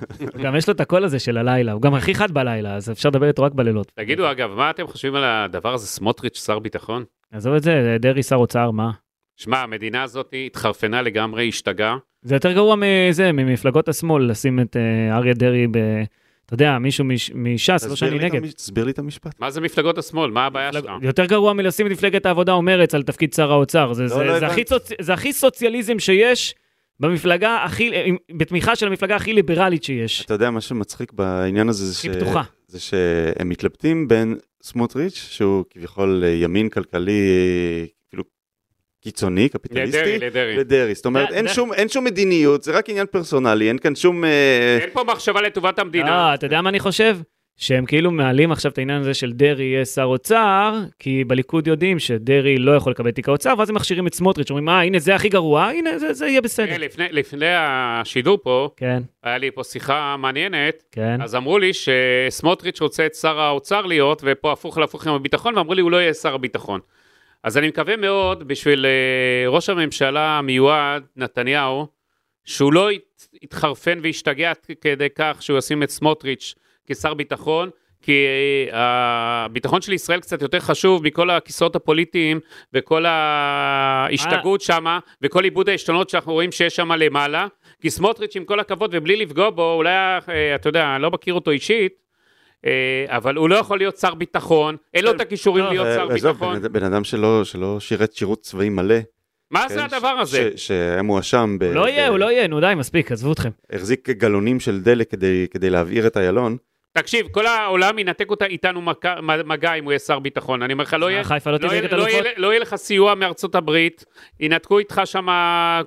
Speaker 2: גם יש לו את הקול הזה של הלילה, הוא גם הכי חד בלילה, אז אפשר לדבר איתו רק בלילות.
Speaker 4: תגידו, אגב, מה אתם חושבים על הדבר הזה, סמוטריץ', שר ביטחון?
Speaker 2: עזוב את זה, דרעי שר אוצר, מה?
Speaker 4: שמע, המדינה הזאת התחרפנה לגמרי, השתגעה.
Speaker 2: זה יותר גרוע מזה, ממפלגות השמאל, לשים את אה, אריה דרעי ב... אתה יודע, מישהו מש- מש"ס, לא
Speaker 3: תסביר
Speaker 2: שאני
Speaker 3: לי את
Speaker 2: נגד.
Speaker 3: המש- תסביר לי את המשפט.
Speaker 4: מה זה מפלגות השמאל? מה הבעיה שלך?
Speaker 2: יותר גרוע מלשים את מפלגת העבודה או מרצ על תפקיד שר האוצר. זה-
Speaker 3: לא,
Speaker 2: זה-
Speaker 3: לא
Speaker 2: זה הכי
Speaker 3: הבנתי.
Speaker 2: סוצ- זה הכי סוציאליזם שיש במפלגה הכי, עם- בתמיכה של המפלגה הכי ליברלית שיש.
Speaker 3: אתה יודע, מה שמצחיק בעניין הזה זה ש...
Speaker 2: הכי פתוחה.
Speaker 3: זה שהם מתלבטים בין סמוטריץ', שהוא כביכול אה, ימין כלכלי, אה, כאילו קיצוני,
Speaker 4: לדרעי,
Speaker 3: קפיטליסטי,
Speaker 4: לדרעי.
Speaker 3: לדרעי. זאת אומרת,
Speaker 2: זה-
Speaker 3: אין
Speaker 2: זה-
Speaker 3: שום- אין שום מדיניות, זה רק עניין פרסונלי, אין כאן שום... אה,
Speaker 4: אין פה מחשבה לטובת המדינה.
Speaker 2: אה, אתה יודע מה אני חושב? שהם כאילו מעלים עכשיו את העניין הזה של דרעי יהיה שר אוצר, כי בליכוד יודעים שדרעי לא יכול לקבל תיק האוצר, ואז הם מכשירים את סמוטריץ', אומרים, אה, הנה, זה הכי גרוע, הנה, זה- זה יהיה בסדר.
Speaker 4: אה, לפני- לפני השידור פה,
Speaker 2: כן,
Speaker 4: היה לי פה שיחה מעניינת,
Speaker 2: כן.
Speaker 4: אז אמרו לי שסמוטריץ' רוצה את שר האוצר להיות, ופה הפוך על הפוך עם הביטחון, ואמרו לי הוא לא יהיה שר הביטחון. אז אני מקווה מאוד בשביל אה, ראש הממשלה המיועד, נתניהו, שהוא לא ית- יתחרפן וישתגע עד כדי כך שהוא ישים את סמוטריץ' כשר ביטחון, כי אה, הביטחון של ישראל קצת יותר חשוב מכל הכיסאות הפוליטיים וכל
Speaker 3: אה.
Speaker 4: ההשתגעות שמה, וכל עיבוד העשתונות שאנחנו רואים שיש שם למעלה. כי סמוטריץ', עם כל הכבוד, ובלי לפגוע בו, אולי, אה, אתה יודע, אני לא מכיר אותו אישית, אה, אבל הוא לא יכול להיות שר ביטחון, אין לו את הכישורים
Speaker 2: לא,
Speaker 4: להיות
Speaker 3: אה,
Speaker 4: שר
Speaker 3: עזוב,
Speaker 4: ביטחון.
Speaker 3: בן אד- בן אדם שלא שלא שירת שירות צבאי מלא.
Speaker 4: מה זה
Speaker 3: כן,
Speaker 4: הדבר
Speaker 3: ש-
Speaker 4: הזה?
Speaker 3: ש- שהיה מואשם ב...
Speaker 2: הוא לא יהיה,
Speaker 3: ב-
Speaker 2: הוא לא יהיה, נו די, מספיק, עזבו אתכם.
Speaker 3: החזיק גלונים של דלק כדי- כדי להבעיר את איילון.
Speaker 4: תקשיב, כל העולם ינתק אותה איתנו מק- מגע אם הוא יהיה שר ביטחון. אני אומר לך, לא יהיה...
Speaker 2: חיפה לא
Speaker 4: לא
Speaker 2: תזרק
Speaker 4: יהיה-
Speaker 2: את
Speaker 4: לא יהיה-
Speaker 2: הלוחות?
Speaker 4: לא יהיה לך סיוע מארצות הברית, ינתקו איתך שם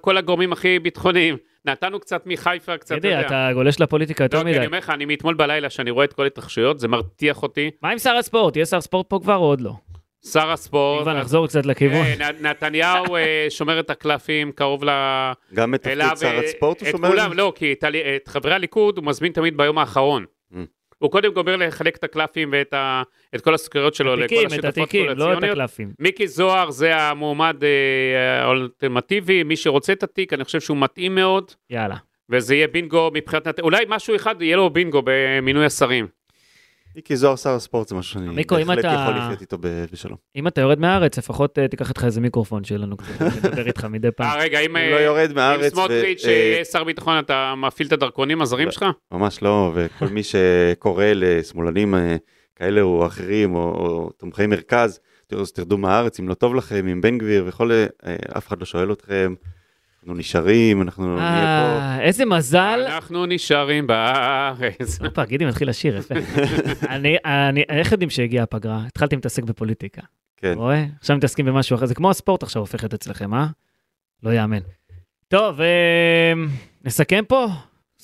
Speaker 4: כל הגורמים הכי ביטחוניים. נתנו קצת מחיפה, קצת...
Speaker 2: תגידי,
Speaker 4: יודע.
Speaker 2: אתה גולש לפוליטיקה
Speaker 4: לא,
Speaker 2: יותר
Speaker 4: כי אני
Speaker 2: מדי.
Speaker 4: אומר לך, אני מאתמול בלילה, שאני רואה את כל ההתרחשויות, זה מרתיח אותי.
Speaker 2: מה עם שר הספורט? יהיה שר ספורט פה כבר או עוד לא?
Speaker 4: שר הספורט...
Speaker 2: כבר נחזור קצת לכיוון.
Speaker 4: אה, נ- נתניהו אה, שומר את הקלפים קרוב ל-
Speaker 3: גם את
Speaker 4: אליו.
Speaker 3: תפקיד שר
Speaker 4: אה,
Speaker 3: הספורט הוא
Speaker 4: את
Speaker 3: שומר?
Speaker 4: כולם, לא, כי את ה- את חברי הליכוד הוא מזמין תמיד ביום האחרון.
Speaker 3: Mm.
Speaker 4: הוא קודם גומר לחלק את הקלפים ואת ה- את כל הסוכריות שלו לכל
Speaker 2: תיקים, את
Speaker 4: השותפות
Speaker 2: התיקים, לא את
Speaker 4: הקואליציוניות.
Speaker 2: הקלפים.
Speaker 4: מיקי זוהר זה המועמד אה, האולטימטיבי, מי שרוצה את התיק, אני חושב שהוא מתאים מאוד,
Speaker 2: יאללה.
Speaker 4: וזה יהיה בינגו מבחינת... נת- אולי משהו אחד יהיה לו בינגו במינוי השרים.
Speaker 3: מיקי זוהר שר הספורט זה משהו שאני
Speaker 2: מיקו, אם
Speaker 3: בהחלט
Speaker 2: אתה-
Speaker 3: יכול לחיות איתו ב- בשלום.
Speaker 2: אם אתה יורד מהארץ, לפחות אה, תיקח איתך איזה מיקרופון שיהיה לנו קצת לדבר איתך מדי פעם.
Speaker 4: אה, רגע, אם...
Speaker 3: הוא
Speaker 4: אה,
Speaker 3: לא יורד
Speaker 4: עם
Speaker 3: מהארץ. ו-
Speaker 4: סמוטריץ',
Speaker 3: אה,
Speaker 4: אה, שר ביטחון, אתה מפעיל את הדרכונים הזרים
Speaker 3: לא.
Speaker 4: שלך?
Speaker 3: ממש לא, וכל מי שקורא לשמאלנים אה, כאלה או אחרים, או, או תומכי מרכז, תראו, אז תרדו מהארץ אם לא טוב לכם, עם בן גביר וכל... אה, אה, אף אחד לא שואל אתכם, אנחנו נשארים, אנחנו נהיה פה.
Speaker 2: אה, איזה מזל.
Speaker 4: אנחנו נשארים בארץ.
Speaker 2: הופה, גידי מתחיל לשיר, יפה. אני, אני, איך יודעים שהגיעה הפגרה? התחלתי להתעסק בפוליטיקה.
Speaker 3: כן.
Speaker 2: רואה? עכשיו מתעסקים במשהו אחר. זה כמו הספורט עכשיו הופכת אצלכם, אה? לא יאמן. טוב, אה, נסכם פה?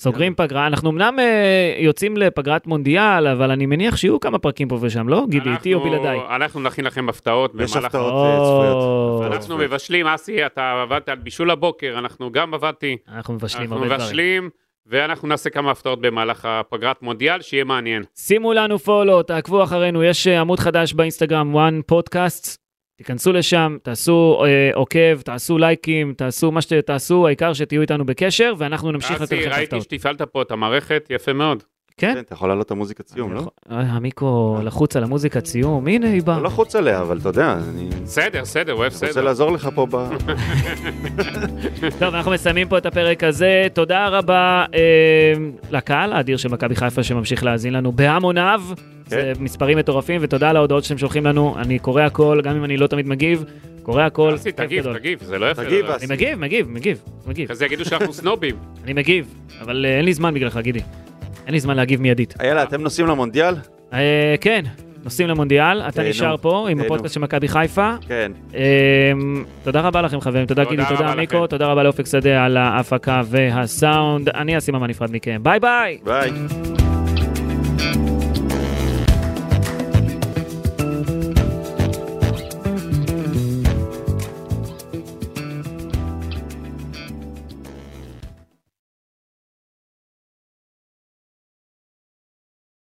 Speaker 2: סוגרים פגרה. אנחנו אמנם אה, יוצאים לפגרת מונדיאל, אבל אני מניח שיהיו כמה פרקים פה ושם, לא? גידי, איתי או
Speaker 4: אנחנו-
Speaker 2: בלעדיי?
Speaker 4: אנחנו נכין לכם הפתעות
Speaker 3: יש
Speaker 4: במהלך...
Speaker 3: הפתעות
Speaker 2: או,
Speaker 3: אה, צפויות.
Speaker 4: אנחנו מבשלים, אסי, אתה עבדת על בישול הבוקר, אנחנו גם עבדתי,
Speaker 2: אנחנו מבשלים
Speaker 4: אנחנו
Speaker 2: הרבה דברים.
Speaker 4: מבשלים, ואנחנו נעשה כמה הפתעות במהלך הפגרת מונדיאל, שיהיה מעניין.
Speaker 2: שימו לנו פולו, תעקבו אחרינו, יש אה, עמוד חדש באינסטגרם, one podcast. תיכנסו לשם, תעשו אה, עוקב, תעשו לייקים, תעשו מה שתעשו, העיקר שתהיו איתנו בקשר, ואנחנו נמשיך לתת
Speaker 4: אסי,
Speaker 2: לכם את
Speaker 4: ראיתי
Speaker 2: ההפתעות.
Speaker 4: שהפעלת פה את המערכת, יפה מאוד.
Speaker 2: כן?
Speaker 3: כן, אתה יכול לעלות את המוזיקת סיום,
Speaker 2: אני
Speaker 3: לא?
Speaker 2: יכול- אה, המיקרו לחוץ על המוזיקת סיום, הנה היא באה.
Speaker 3: לא לחוץ עליה, אבל אתה יודע, אני
Speaker 4: בסדר, בסדר, הוא אוהב
Speaker 3: רוצה
Speaker 4: סדר.
Speaker 3: לעזור לך פה ב...
Speaker 2: טוב, אנחנו מסיימים פה את הפרק הזה. תודה רבה אה, לקהל האדיר של מכבי חיפה שממשיך להאזין לנו בהמוניו.
Speaker 4: כן.
Speaker 2: זה מספרים מטורפים, ותודה על ההודעות שאתם שולחים לנו. אני קורא הכל, גם אם אני לא תמיד מגיב, קורא הכל.
Speaker 4: אסי,
Speaker 2: כיף גדול.
Speaker 4: תגיב, תגיב, זה לא יפה.
Speaker 3: תגיב,
Speaker 4: לא-
Speaker 3: אסי.
Speaker 2: אני מגיב, מגיב, מגיב, מגיב.
Speaker 4: אחרי זה יגידו שאנחנו סנובים.
Speaker 2: אני מגיב, אבל אה, אין לי זמן בגללך, גידי. אין לי זמן להגיב מיידית.
Speaker 3: יאללה, אתם נוסעים למונדיאל?
Speaker 2: אה, כן, נוסעים למונדיאל, אתה
Speaker 4: אה,
Speaker 3: תהנו,
Speaker 2: נשאר פה עם
Speaker 3: תהנו.
Speaker 2: הפודקאסט של מכבי חיפה.
Speaker 3: כן.
Speaker 2: אמ, תודה רבה לכם חברים, תודה
Speaker 4: תודה
Speaker 2: גילי, תודה
Speaker 4: רבה
Speaker 2: מיקו,
Speaker 4: לכם.
Speaker 2: תודה רבה לאופק שדה על ההפקה והסאונד. אני אשים אמן נפרד מכם, ביי ביי!
Speaker 3: ביי.